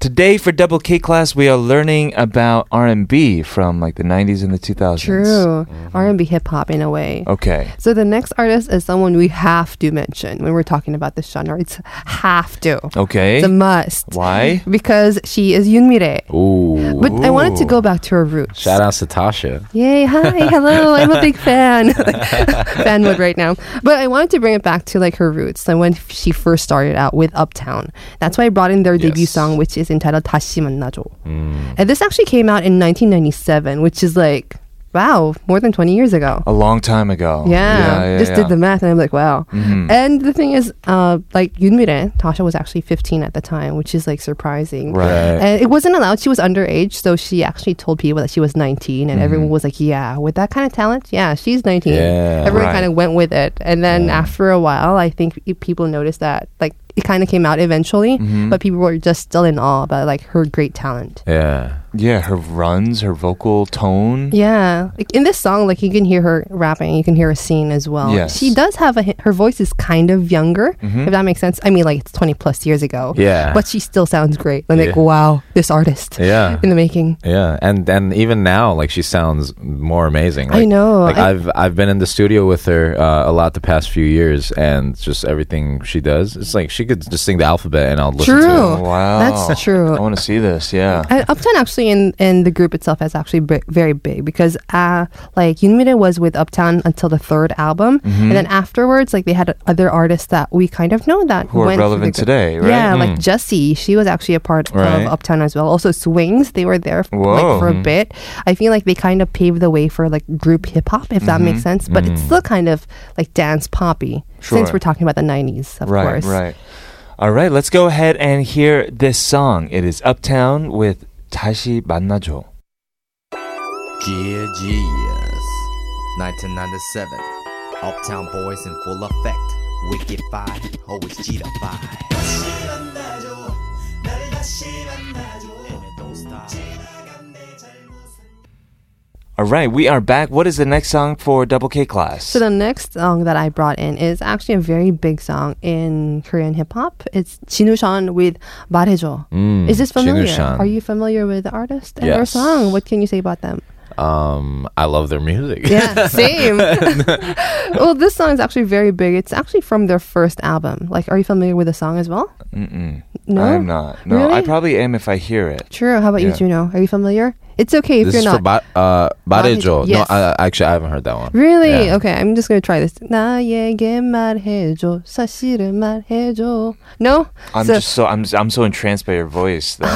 Speaker 2: Today for Double K class, we are learning about R&B from like the 90s and the 2000s.
Speaker 7: True. R&B hip hop in a way.
Speaker 2: Okay.
Speaker 7: So the next artist is someone we have to mention when we're talking about this genre. It's have to.
Speaker 2: Okay.
Speaker 7: It's a must.
Speaker 2: Why?
Speaker 7: Because she is Yoon Mire.
Speaker 1: Ooh.
Speaker 7: But I wanted to go back to her roots.
Speaker 1: Shout out to Tasha.
Speaker 7: Yay, hi, hello, I'm a big fan. fan mode right now. But I wanted to bring it back to like her roots and when she first started out with Uptown. That's why I brought in their debut
Speaker 1: Yes. Mm.
Speaker 7: song, which is entitled 다시 만나줘. And this actually came out in 1997, which is like, wow, more than 20 years ago.
Speaker 2: A long time ago.
Speaker 7: Yeah,
Speaker 2: Oh, yeah,
Speaker 7: just
Speaker 2: yeah.
Speaker 7: did the math, and I'm like, wow. And the thing is, uh, like Yunmire, Tasha was actually 15 at the time, which is like surprising.
Speaker 1: Right.
Speaker 7: And it wasn't allowed; she was underage, so she actually told people that she was 19, and everyone was like, "Yeah, with that kind of talent, yeah, she's 19."
Speaker 1: Yeah.
Speaker 7: everyone
Speaker 2: Right.
Speaker 7: kind of went with it, and then after a while, I think i- people noticed that like it kind of came out eventually, but people were just still in awe about like her great talent.
Speaker 1: Yeah.
Speaker 2: Yeah, her runs, her vocal tone.
Speaker 7: Yeah, like in this song, like you can hear her rapping, you can hear her singing as well.
Speaker 2: Yes. Mm-hmm.
Speaker 7: she does have a hi- her voice is kind of younger, if that makes sense. I mean, like it's twenty plus years ago.
Speaker 1: Yeah.
Speaker 7: but she still sounds great. I'm like,
Speaker 1: Yeah.
Speaker 7: wow, this artist.
Speaker 1: Yeah.
Speaker 7: in the making.
Speaker 1: Yeah, and and even now, like she sounds more amazing.
Speaker 7: I
Speaker 1: Like,
Speaker 7: know,
Speaker 1: Like
Speaker 7: I-
Speaker 1: I, have I've been in the studio with her uh, a lot the past few years, and just everything she does, it's like she could just sing the alphabet, and I'll listen to it.
Speaker 7: True.
Speaker 2: Wow.
Speaker 7: That's
Speaker 2: I
Speaker 7: true.
Speaker 2: want to see this. Yeah.
Speaker 7: And Uptown actually in, in the group itself is actually b- very big because uh, like Yunmire was with Uptown until the third album,
Speaker 2: Mm-hmm.
Speaker 7: and then afterwards like they had other artists that we kind of know that
Speaker 2: Who are
Speaker 7: went through the
Speaker 2: relevant
Speaker 7: group.
Speaker 2: today, right? Hmm.
Speaker 7: Yeah, like Jessie, she was actually a part
Speaker 1: Right.
Speaker 7: of Uptown as well. Also Swings, they were there f-
Speaker 2: Whoa.
Speaker 7: like for a bit. I feel like they kind of paved the way for like group hip hop, if
Speaker 2: Mm-hmm.
Speaker 7: that makes sense. But it's still kind of like dance poppy
Speaker 2: Mm. Sure.
Speaker 7: since we're talking about the '90s, of
Speaker 2: right,
Speaker 7: course.
Speaker 2: right. All right, let's go ahead and hear this song. It is Uptown with 다시 만나줘.
Speaker 3: Yeah, yes. 1997. Uptown Boys in full effect. Wicked Five, always G the Five. And it don't stop.
Speaker 2: All right, we are back. What is the next song for Double K class?
Speaker 7: So the next song that I brought in is actually a very big song in Korean hip hop. It's Chinushan with 말해줘.
Speaker 2: Mm.
Speaker 1: Mm.
Speaker 7: is this familiar?
Speaker 1: Chinushan.
Speaker 7: Are you familiar with the artist and their
Speaker 1: Yes.
Speaker 7: song? What can you say about them?
Speaker 1: Um, I love their music.
Speaker 7: Yeah, same. well, this song is actually very big. It's actually from their first album. Like, are you familiar with the song as well?
Speaker 2: Mm-mm.
Speaker 7: No,
Speaker 2: I'm not. No, I
Speaker 7: Really?
Speaker 2: probably am if I hear it.
Speaker 7: True. How about you,
Speaker 2: Yeah.
Speaker 7: Juno? Are you familiar? It's okay if
Speaker 1: this
Speaker 7: you're
Speaker 1: is
Speaker 7: not.
Speaker 1: for ba- uh, Barejo.
Speaker 7: Yes.
Speaker 1: No, I, actually, I haven't heard that one.
Speaker 7: Really?
Speaker 1: Yeah.
Speaker 7: Okay, I'm just gonna try this. 나에게 말해줘, 사실은 말해줘. No,
Speaker 2: I'm
Speaker 7: So-
Speaker 2: just so I'm I'm so entranced by your voice that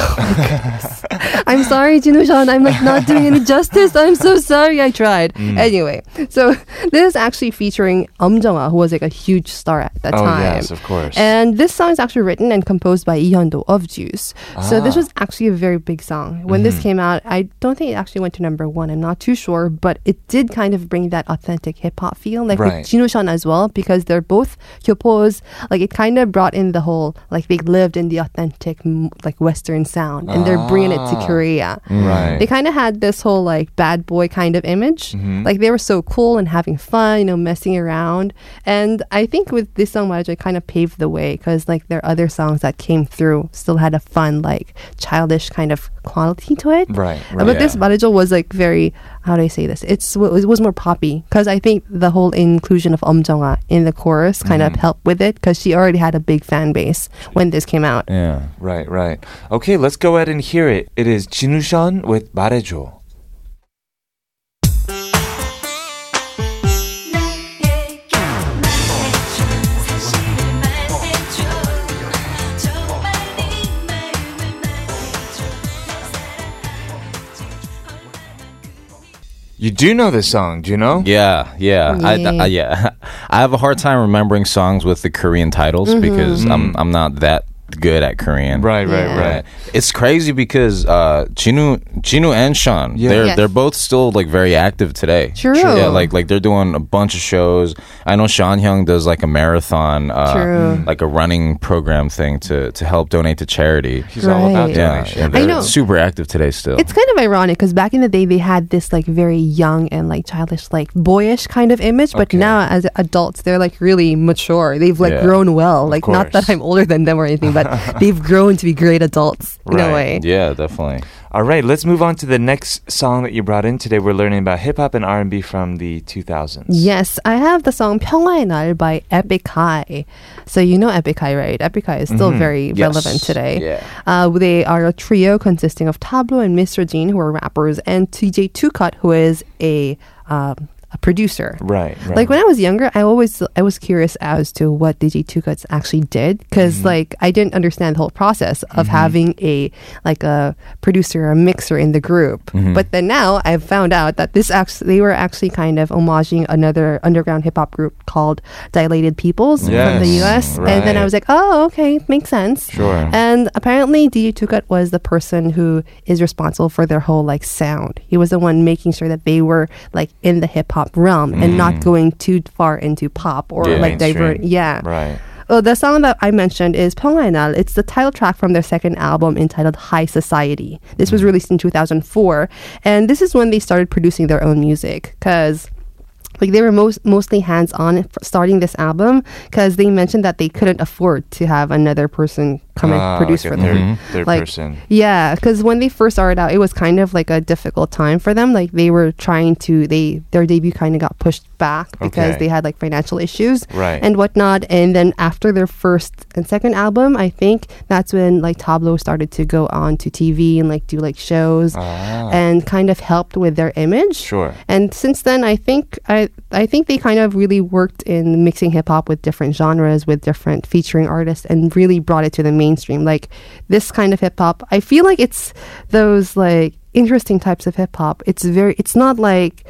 Speaker 7: I'm sorry, Jinushan. I'm like not doing any justice. I'm so sorry. I tried.
Speaker 2: Mm.
Speaker 7: Anyway, so this is actually featuring Um Jung-ah, who was like a huge star at that
Speaker 2: Oh,
Speaker 7: time.
Speaker 2: yes, of course.
Speaker 7: And this song is actually written and composed by Lee Hyun-do of Juice. So
Speaker 2: Ah.
Speaker 7: this was actually a very big song. When this
Speaker 2: Mm-hmm.
Speaker 7: came out, I don't think it actually went to number one. I'm not too sure, but it did kind of bring that authentic hip hop feel, like
Speaker 2: Right.
Speaker 7: with Jinushan as well, because they're both Kyopos. Like it kind of brought in the whole like they lived in the authentic mm, like Western sound, and they're bringing it to
Speaker 2: Ah.
Speaker 7: Korea.
Speaker 2: right.
Speaker 7: They kind of had this whole like bad boy kind of image.
Speaker 2: Mm-hmm.
Speaker 7: Like they were so cool and having fun, you know, messing around. And I think with this song, Marja, it kind of paved the way because like their other songs that came through still had a fun, like childish kind of quality to it.
Speaker 2: Right,
Speaker 7: Uh,
Speaker 2: right.
Speaker 7: But this Marijo was like very, how do I say this? It's wa- it was more poppy because I think the whole inclusion of Um Jung-ah in the chorus kind
Speaker 2: Mm-hmm.
Speaker 7: of helped with it because she already had a big fan base when this came out.
Speaker 1: Yeah.
Speaker 2: Right, right. Okay, let's go ahead and hear it. It is Jinushan with 말해줘. You do know this song, do you know?
Speaker 1: Yeah, yeah, I,
Speaker 7: Yeah.
Speaker 1: I, yeah. I have a hard time remembering songs with the Korean titles
Speaker 7: Mm-hmm.
Speaker 1: because I'm I'm not that good at Korean.
Speaker 2: Mm. Right, right,
Speaker 7: Yeah.
Speaker 2: right.
Speaker 1: It's crazy because uh, Chinu, Chinu and Sean,
Speaker 2: Yeah.
Speaker 1: they're
Speaker 7: Yes.
Speaker 1: they're both still like very active today.
Speaker 7: True.
Speaker 1: Yeah, like like they're doing a bunch of shows. I know Sean Hyung does like a marathon, uh,
Speaker 7: True.
Speaker 2: Mm.
Speaker 1: like a running program thing to to help donate to charity.
Speaker 2: He's all about
Speaker 7: Right.
Speaker 1: Yeah,
Speaker 2: donation.
Speaker 1: and they're
Speaker 7: know.
Speaker 1: super active today still.
Speaker 7: It's kind of ironic because back in the day they had this like very young and like childish, like boyish kind of image, but
Speaker 2: Okay.
Speaker 7: now as adults they're like really mature. They've like
Speaker 1: Yeah.
Speaker 7: grown well. Like not that
Speaker 2: course.
Speaker 7: I'm older than them or anything, but that they've grown to be great adults in
Speaker 2: Right.
Speaker 7: a way.
Speaker 1: Yeah, definitely.
Speaker 2: All right, let's move on to the next song that you brought in today. We're learning about hip hop and R&B from the 2000s.
Speaker 7: Yes, I have the song 평화의 날 by Epic High. So you know Epic High, right? Epic High is still very relevant today.
Speaker 1: Yeah.
Speaker 7: Uh, they are a trio consisting of Tablo and Mr. Jean, who are rappers, and TJ Tucut, who is a, um, a producer.
Speaker 2: Right, right.
Speaker 7: Like when I was younger, I always I was curious as to what DJ Two Cuts actually did because
Speaker 2: Mm-hmm.
Speaker 7: like I didn't understand the whole process of having a like a producer or a mixer in the group.
Speaker 2: Mm-hmm.
Speaker 7: But then now I've found out that this actually they were actually kind of homaging another underground hip hop group called Dilated Peoples from the
Speaker 2: Yes,
Speaker 7: U.S. And then I
Speaker 2: right.
Speaker 7: was like, oh okay, makes sense.
Speaker 2: Sure.
Speaker 7: And apparently DJ Tukat was the person who is responsible for their whole like sound. He was the one making sure that they were like in the hip hop realm and not going too far into pop or
Speaker 1: Yeah,
Speaker 7: like divert.
Speaker 2: Mm. mainstream.
Speaker 7: Yeah.
Speaker 2: Right.
Speaker 7: Well, the song that I mentioned is Pyeongnal. It's the title track from their second album entitled High Society. This
Speaker 2: Mm.
Speaker 7: was released in 2004, and this is when they started producing their own music because. Like they were most mostly hands on starting this album because they mentioned that they couldn't afford to have another person come
Speaker 2: Ah,
Speaker 7: and produce
Speaker 2: like a
Speaker 7: for them.
Speaker 2: Third, third
Speaker 7: Like,
Speaker 2: person.
Speaker 7: Yeah, because when they first started out, it was kind of like a difficult time for them. Like they were trying to, they their debut kind of got pushed back because
Speaker 2: Okay.
Speaker 7: they had like financial issues
Speaker 2: Right.
Speaker 7: and whatnot. And then after their first and second album, I think that's when like Tableau started to go on to TV and like do like shows
Speaker 2: Ah.
Speaker 7: and kind of helped with their image.
Speaker 2: Sure.
Speaker 7: And since then, I think I I think they kind of really worked in mixing hip hop with different genres, with different featuring artists, and really brought it to the mainstream. Like this kind of hip hop, I feel like it's those like interesting types of hip hop. It's very, it's not like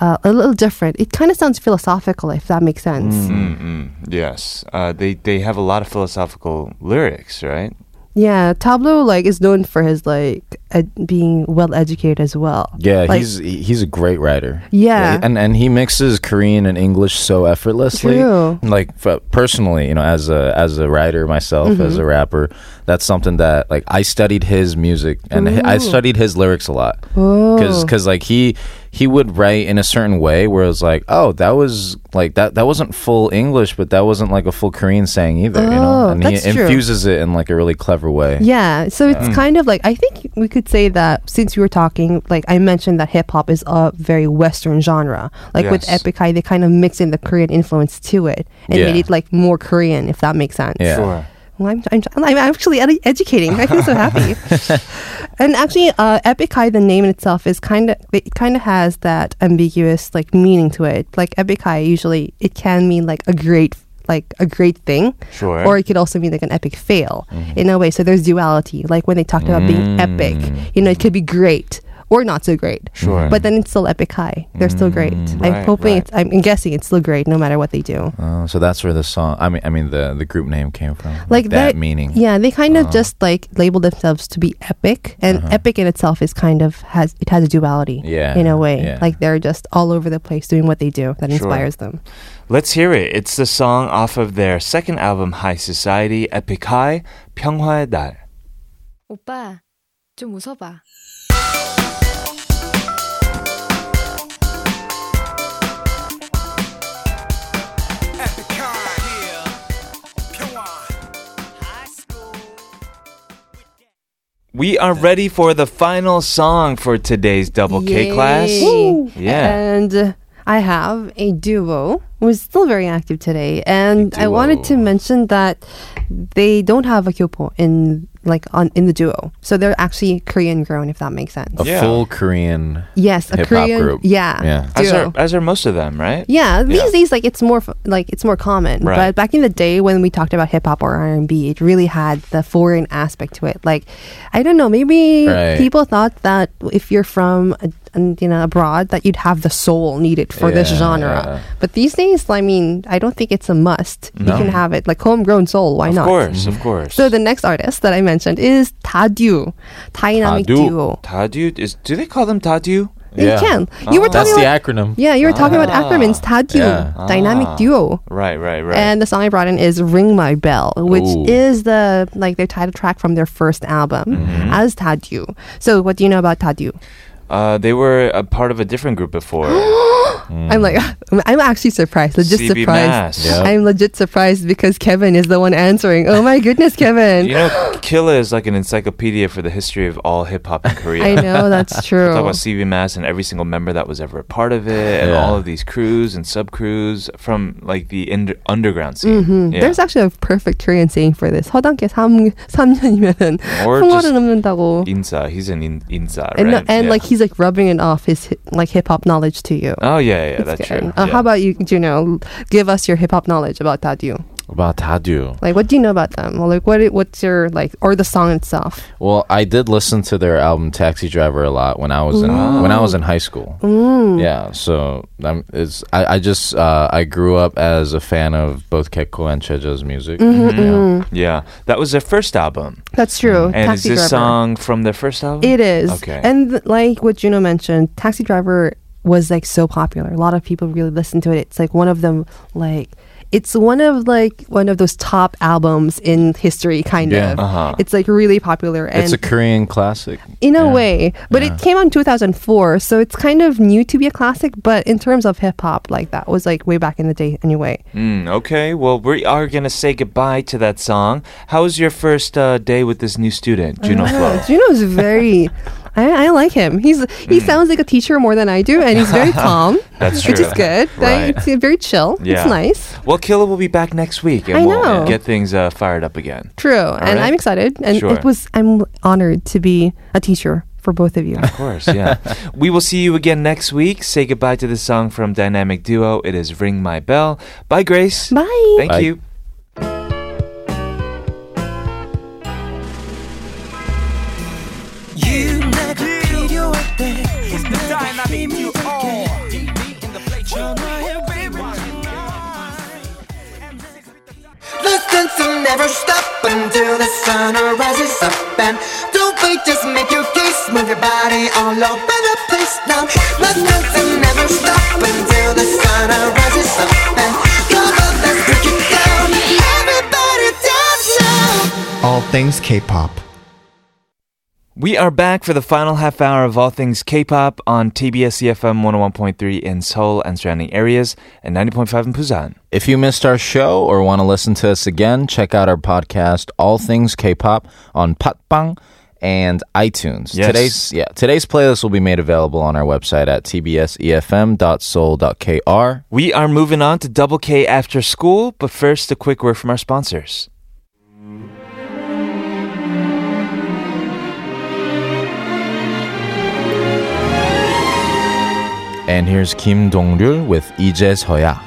Speaker 7: uh, a little different. It kind of sounds philosophical, if that makes sense.
Speaker 2: Mm-mm. Yes. Uh, they they have a lot of philosophical lyrics, right?
Speaker 7: Yeah, Tableau like is known for his like ed- being well educated as well.
Speaker 1: Yeah,
Speaker 7: Like-
Speaker 1: he's he- he's a great writer.
Speaker 7: Yeah.
Speaker 1: and and he mixes Korean and English so effortlessly.
Speaker 7: True.
Speaker 1: Like f- personally, you know, as a as a writer myself,
Speaker 7: Mm-hmm.
Speaker 1: as a rapper, that's something that like I studied his music and hi- I studied his lyrics a lot because like he he would write in a certain way where it's like, oh, that was like that that wasn't full English, but that wasn't like a full Korean saying either. you know,
Speaker 7: Oh,
Speaker 1: and
Speaker 7: that's
Speaker 1: he
Speaker 7: true.
Speaker 1: infuses it in like a really clever way.
Speaker 7: Yeah, so
Speaker 1: Mm.
Speaker 7: it's kind of like I think we could say that since we were talking, like I mentioned that hip hop is a very Western genre. Like with
Speaker 2: Yes.
Speaker 7: Epic High, they kind of mix in the Korean influence to it and
Speaker 1: Yeah.
Speaker 7: made it like more Korean, if that makes sense.
Speaker 1: Yeah.
Speaker 2: Sure.
Speaker 7: Well, I'm, I'm, I'm actually ed- educating. I feel so happy. and actually, uh, Epic High, the name in itself is kind of it kind of has that ambiguous like meaning to it. Like Epic High, usually it can mean like a great like a great thing,
Speaker 2: Sure.
Speaker 7: or it could also mean like an epic fail
Speaker 1: Mm-hmm.
Speaker 7: in a way. So there's duality. Like when they talked about
Speaker 1: Mm.
Speaker 7: being epic, you know, it could be great or not so great.
Speaker 2: Sure.
Speaker 7: But then it's still Epic High. They're
Speaker 1: Mm.
Speaker 7: still great. I'm
Speaker 2: right,
Speaker 7: hoping
Speaker 2: right.
Speaker 7: it's. I'm guessing it's still great no matter what they do.
Speaker 1: Uh, so that's where the song. I mean, I mean the the group name came from.
Speaker 7: like
Speaker 1: that
Speaker 7: they-
Speaker 1: meaning. Uh-huh.
Speaker 7: Yeah, they kind of just like label themselves to be epic, and epic in itself is kind of has it has a duality.
Speaker 1: Yeah,
Speaker 7: in a way,
Speaker 1: yeah.
Speaker 7: like they're just all over the place doing what they do that inspires them.
Speaker 2: Let's hear it. It's the song off of their second album, High Society, Epic High, 평화의 날.
Speaker 9: 오빠, 좀 웃어봐.
Speaker 2: We are ready for the final song for today's Double K
Speaker 7: Yay.
Speaker 2: class.
Speaker 7: Woo.
Speaker 2: Yeah.
Speaker 7: And uh, I have a duo who's still very active today. And I wanted to mention that they don't have a kyopo in like on in the duo. So they're actually Korean grown if that makes sense.
Speaker 1: a
Speaker 2: Yeah.
Speaker 1: full Korean.
Speaker 7: Yes, a
Speaker 1: Oh. Hip-hop
Speaker 7: Korean
Speaker 1: group.
Speaker 7: Yeah.
Speaker 1: Yeah.
Speaker 2: As
Speaker 7: duo.
Speaker 2: are, as are most of them, right?
Speaker 7: Yeah, these
Speaker 2: Yeah.
Speaker 7: days like it's more f- like it's more common.
Speaker 2: Right.
Speaker 7: But back in the day when we talked about hip hop or R and B, it really had the foreign aspect to it. Like, I don't know, maybe
Speaker 1: Right.
Speaker 7: people thought that if you're from a, an- you know abroad, that you'd have the soul needed for this
Speaker 1: Yeah.
Speaker 7: genre. But these days, I mean, I don't think it's a must. You can have it like homegrown soul. Why
Speaker 2: Of
Speaker 7: not?
Speaker 2: course, of course.
Speaker 7: So the next artist that I mentioned is Tadyu, dynamic
Speaker 1: Tadyu.
Speaker 7: duo.
Speaker 2: Tadu is do they call them Tadu?
Speaker 1: Yeah. Oh.
Speaker 7: You can. You were
Speaker 1: That's
Speaker 7: talking
Speaker 1: the
Speaker 7: about.
Speaker 1: acronym. Ah.
Speaker 7: Yeah, you were talking about acronyms. Tadyu,
Speaker 1: Yeah. Ah.
Speaker 7: dynamic duo.
Speaker 2: Right, right, right.
Speaker 7: And the song I brought in is "Ring My Bell," which
Speaker 1: Ooh.
Speaker 7: is the like their title track from their first album
Speaker 2: Mm-hmm.
Speaker 7: as Tadyu. So, what do you know about Tadyu?
Speaker 2: uh, they were a part of a different group before.
Speaker 7: I'm like, I'm actually surprised, legit
Speaker 2: CB
Speaker 7: surprised.
Speaker 2: Mass. Yep.
Speaker 7: I'm legit surprised because Kevin is the one answering. Oh my goodness, Kevin!
Speaker 2: You know, Killa is like an encyclopedia for the history of all hip hop in Korea.
Speaker 7: I know that's true.
Speaker 2: Talk about CV Mass and every single member that was ever a part of it, and
Speaker 1: Yeah.
Speaker 2: all of these crews and sub crews from like the ind- underground scene.
Speaker 7: Mhm.
Speaker 2: Yeah.
Speaker 7: There's actually a perfect Korean saying for this. 허당께 3, 3년이면은
Speaker 2: Or
Speaker 7: 풍어를
Speaker 2: just
Speaker 7: 넘는다고.
Speaker 2: Insa, he's an in- Insa, right?
Speaker 7: And, no- and
Speaker 2: Yeah.
Speaker 7: like he's like rubbing it off his hi- like hip hop knowledge to you.
Speaker 2: oh yeah, yeah,
Speaker 7: It's
Speaker 2: that's
Speaker 7: good.
Speaker 2: true. yeah.
Speaker 7: Uh, How about you? You know, give us your hip hop knowledge about Dadju.
Speaker 1: About Tadu.
Speaker 7: Like, what do you know about them? Or like, what i- what's your like, or the song itself?
Speaker 1: Well, I did listen to their album Taxi Driver a lot when I was in when I was in high school. Yeah, so I'm, it's I, I just uh, I grew up as a fan of both Kekko and Cheja's music.
Speaker 7: Mm-hmm,
Speaker 1: Yeah.
Speaker 2: yeah, that was their first album,
Speaker 7: That's
Speaker 2: Mm.
Speaker 7: true.
Speaker 2: and is
Speaker 7: Taxi
Speaker 2: this
Speaker 7: driver.
Speaker 2: song from their first album?
Speaker 7: It is.
Speaker 2: Okay.
Speaker 7: And th- like what Juno mentioned, Taxi Driver was like so popular. A lot of people really listened to it. It's like one of them like it's one of like one of those top albums in history kind
Speaker 1: Yeah.
Speaker 7: of.
Speaker 2: uh-huh.
Speaker 7: It's like really popular and
Speaker 1: It's a Korean classic.
Speaker 7: in a
Speaker 1: yeah.
Speaker 7: way, but it came out in 2004, so it's kind of new to be a classic, but in terms of hip hop like that was like way back in the day anyway.
Speaker 2: Mm, okay, well, we are gonna say goodbye to that song. How was your first uh, day with this new student, Juno Flo?
Speaker 7: Juno's very I, I like him. He's he sounds like a teacher more than I do, and he's very calm.
Speaker 2: Mm. That's
Speaker 7: which is
Speaker 2: true.
Speaker 7: good.
Speaker 2: Right.
Speaker 7: I- it's uh, very chill.
Speaker 2: Yeah.
Speaker 7: It's nice.
Speaker 2: Well, Killa will be back next week, and
Speaker 7: I
Speaker 2: we'll
Speaker 7: know.
Speaker 2: get things uh, fired up again.
Speaker 7: True, and
Speaker 2: right.
Speaker 7: I'm excited, and
Speaker 2: Sure.
Speaker 7: it was I'm honored to be a teacher for both of you.
Speaker 2: Of course, yeah. we will see you again next week. Say goodbye to the song from Dynamic Duo. It is Ring My Bell. Bye, Grace.
Speaker 7: Bye.
Speaker 2: Thank
Speaker 1: Bye.
Speaker 2: you.
Speaker 4: You 나를 필요할 때 내가 힘이 될게 전화해 baby
Speaker 3: Listen to never stop until the sun rises up and don't wait, just make your case, move your body all over the place now. Listen to never stop until the sun rises up and come on, let's break it down. Everybody dance now. All things K-pop.
Speaker 2: We are back for the final half hour of all things K-pop on TBS EFM 101.3 in Seoul and surrounding areas and 90.5 in Busan.
Speaker 1: If you missed our show or want to listen to us again, check out our podcast All Things K-Pop on Patbang and iTunes.
Speaker 2: Yes.
Speaker 1: Today's yeah, today's playlist will be made available on our website at tbsefm.soul.kr.
Speaker 2: We are moving on to Double K after school, but first a quick word from our sponsors.
Speaker 1: And here's Kim Dong-ryul with E 이제 서야.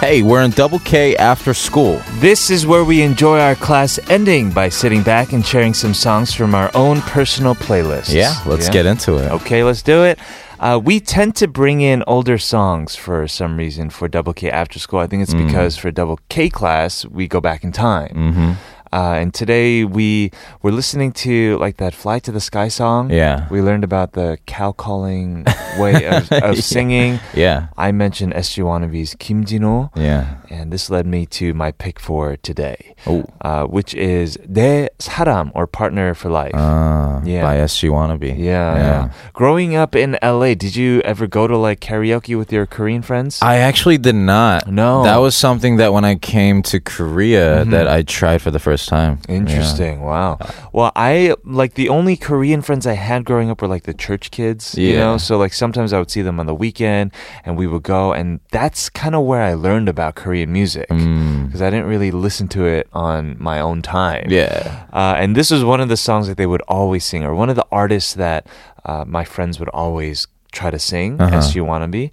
Speaker 1: Hey, we're in Double K after school.
Speaker 2: This is where we enjoy our class ending by sitting back and sharing some songs from our own personal playlists.
Speaker 1: Yeah, let's
Speaker 2: Yeah.
Speaker 1: get into it.
Speaker 2: Okay, let's do it. Uh, we tend to bring in older songs for some reason for Double K After School. I think it's
Speaker 1: Mm.
Speaker 2: because for Double K class, we go back in time. Mm-hmm. Uh, and today we were listening to like that "Fly to the Sky" song.
Speaker 1: Yeah.
Speaker 2: we learned about the cow calling way of, of singing.
Speaker 1: Yeah.
Speaker 2: I mentioned SG Wannabe's Kim Jino,
Speaker 1: Yeah.
Speaker 2: and this led me to my pick for today,
Speaker 1: Oh.
Speaker 2: uh, which is "내 사람" or "Partner for Life."
Speaker 1: Uh,
Speaker 2: Yeah.
Speaker 1: By SG Wannabe.
Speaker 2: Yeah, yeah. Growing up in LA, did you ever go to like karaoke with your Korean friends?
Speaker 1: I actually did not.
Speaker 2: No. Mm-hmm.
Speaker 1: That was something that when I came to Korea that I tried for the first time.
Speaker 2: Interesting. Wow. Well, I like the only Korean friends I had growing up were like the church kids, you
Speaker 1: Yeah.
Speaker 2: know? So like sometimes I would see them on the weekend and we would go and that's kind of where I learned about Korean music
Speaker 1: Yeah. Mm.
Speaker 2: because I didn't really listen to it on my own time.
Speaker 1: yeah.
Speaker 2: Uh, and this was one of the songs that they would always sing, or one of the artists that uh, my friends would always try to sing,
Speaker 1: Uh-huh.
Speaker 2: as you wanna be.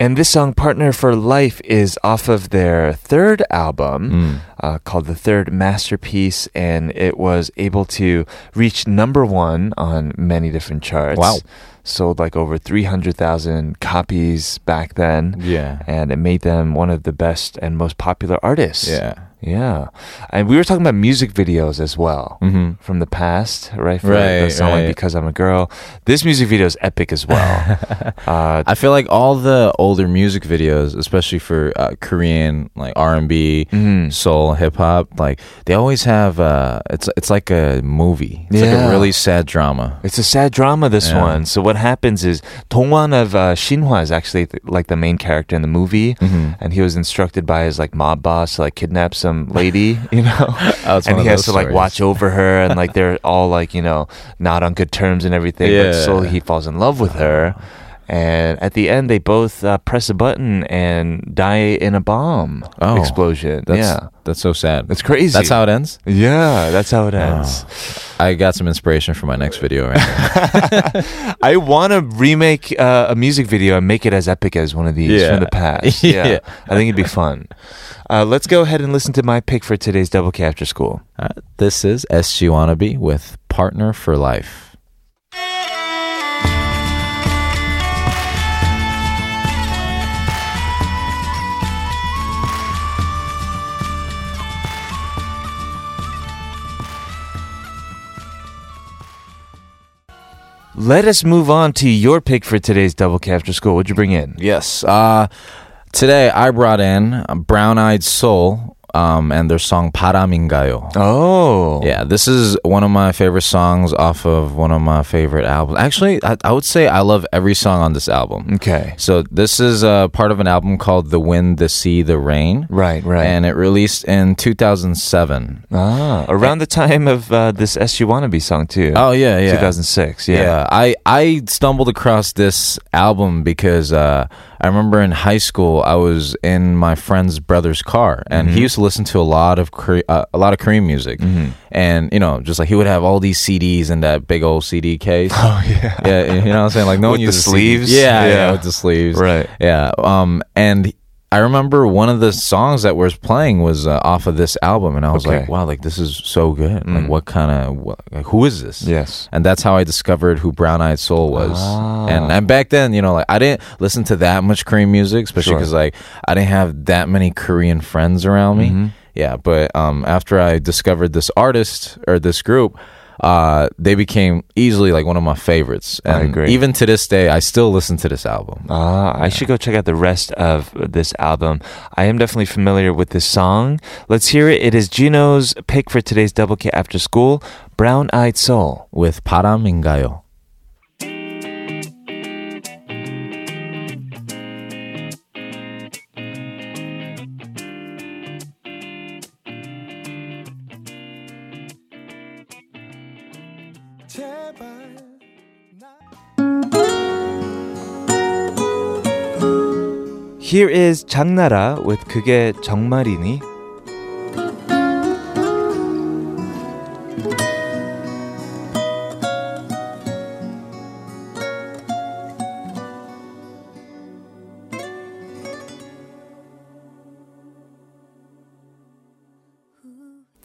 Speaker 2: And this song, Partner for Life, is off of their third
Speaker 1: Mm.
Speaker 2: album uh, called The Third Masterpiece, and it was able to reach number one on many different charts.
Speaker 1: Wow.
Speaker 2: Sold like over 300,000 copies back then.
Speaker 1: Yeah.
Speaker 2: And it made them one of the best and most popular artists.
Speaker 1: Yeah.
Speaker 2: Yeah. And we were talking about music videos as well
Speaker 1: Mm-hmm.
Speaker 2: from the past, right? For the
Speaker 1: Right,
Speaker 2: song like
Speaker 1: right.
Speaker 2: Because I'm a Girl. This music video is epic as well. uh,
Speaker 1: I feel like all the older music videos, especially for uh, Korean like R and B,
Speaker 2: mm-hmm. Mm.
Speaker 1: soul, hip hop, like they always have. Uh, it's it's like a movie. It's like
Speaker 2: Yeah.
Speaker 1: a really sad drama.
Speaker 2: It's a sad drama, this
Speaker 1: Yeah.
Speaker 2: one. So what happens is Dongwan of uh, Shinhwa is actually th- like the main character in the movie,
Speaker 1: Mm-hmm.
Speaker 2: and he was instructed by his like mob boss to like kidnap some lady, you know,
Speaker 1: Oh, it's
Speaker 2: and
Speaker 1: one
Speaker 2: he
Speaker 1: of
Speaker 2: has to
Speaker 1: those
Speaker 2: like
Speaker 1: stories.
Speaker 2: watch over her, and like they're all like you know not on good terms and everything. But
Speaker 1: Yeah.
Speaker 2: slowly he falls in love with her, and at the end they both uh, press a button and die in a bomb
Speaker 1: Oh,
Speaker 2: explosion.
Speaker 1: That's,
Speaker 2: yeah,
Speaker 1: that's so sad.
Speaker 2: That's crazy.
Speaker 1: That's how Oh, it ends.
Speaker 2: yeah, that's how it ends.
Speaker 1: I got some inspiration for my next video. Right now.
Speaker 2: I want to remake uh, a music video and make it as epic as one of these
Speaker 1: Yeah.
Speaker 2: from the past. Yeah.
Speaker 1: Yeah.
Speaker 2: I think it'd be fun. Uh, let's go ahead and listen to my pick for today's Double K After School.
Speaker 1: All right, Uh, this is SG Wannabe with Partner for Life.
Speaker 2: Let us move on to your pick for today's Double K After School. What'd you bring in?
Speaker 1: Yes. Uh, today I brought in Brown Eyed Soul um, and their song 바람인가요.
Speaker 2: Oh.
Speaker 1: Yeah, this is one of my favorite songs off of one of my favorite albums. Actually, I, I would say I love every song on this album.
Speaker 2: Okay.
Speaker 1: So this is uh, part of an album called "The Wind, the Sea, the Rain,"
Speaker 2: Right, right.
Speaker 1: and it released in 2007.
Speaker 2: ah, around the time of uh, this SU Wannabe song, too.
Speaker 1: Oh yeah, yeah.
Speaker 2: 2006. Yeah.
Speaker 1: I I stumbled across this album because uh, I remember in high school I was in my friend's brother's car, and
Speaker 2: Mm-hmm.
Speaker 1: he used to listen to a lot of Kore- uh, a lot of Korean music, and you know, just like he would have all these CDs in that big old CD case. Oh yeah, yeah. You know what I'm saying? Like no
Speaker 2: With
Speaker 1: one
Speaker 2: the
Speaker 1: uses
Speaker 2: sleeves?
Speaker 1: CDs. Yeah, yeah,
Speaker 2: Yeah.
Speaker 1: with the sleeves.
Speaker 2: Right.
Speaker 1: Yeah. Um, and I remember one of the songs that was playing was uh, off of this album, and I was
Speaker 2: Okay. Mm.
Speaker 1: like, wow, like this is so good. Like, what kind of like, who is this?
Speaker 2: Yes.
Speaker 1: and that's how I discovered who Brown Eyed Soul was.
Speaker 2: Ah.
Speaker 1: And and back then, you know, like I didn't listen to that much Korean music, especially
Speaker 2: Sure.
Speaker 1: because like I didn't have that many Korean friends around
Speaker 2: Mm-hmm.
Speaker 1: me. Yeah, but um, after I discovered this artist or this group. Uh, they became easily like one of my favorites, and
Speaker 2: I agree.
Speaker 1: even to this day, I still listen to this album.
Speaker 2: Ah, I should go check out the rest of this album. I am definitely familiar with this song. Let's hear it. It is Gino's pick for today's Double K After School, Brown Eyed Soul.
Speaker 1: with 바람인가요?
Speaker 2: Here is 장나라 with 그게 정말이니.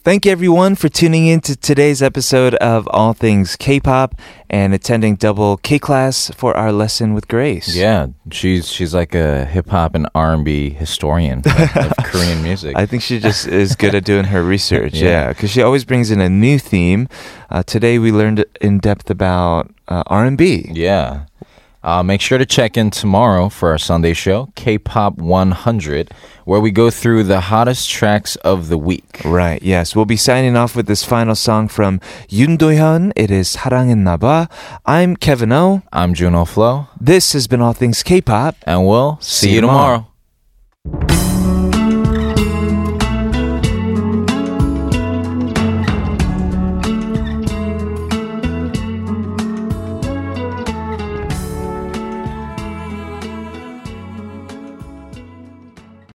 Speaker 2: Thank you everyone for tuning in to today's episode of All Things K-pop and attending double K class for our lesson with Grace.
Speaker 1: Yeah, she's she's like a hip hop and R and B historian of, of Korean music.
Speaker 2: I think she just is good at doing her research.
Speaker 1: Yeah.
Speaker 2: yeah, because she always brings in a new theme. Uh, today we learned in depth about uh, R and B.
Speaker 1: yeah. Uh, make sure to check in tomorrow for our Sunday show, K-pop 100, where we go through the hottest tracks of the week.
Speaker 2: Right. Yes, we'll be signing off with this final song from Yoon Do Hyun. It is 사랑했나봐. I'm Kevin O.
Speaker 1: I'm Juno Flo,
Speaker 2: This has been all things K-pop.
Speaker 1: and we'll see, you tomorrow.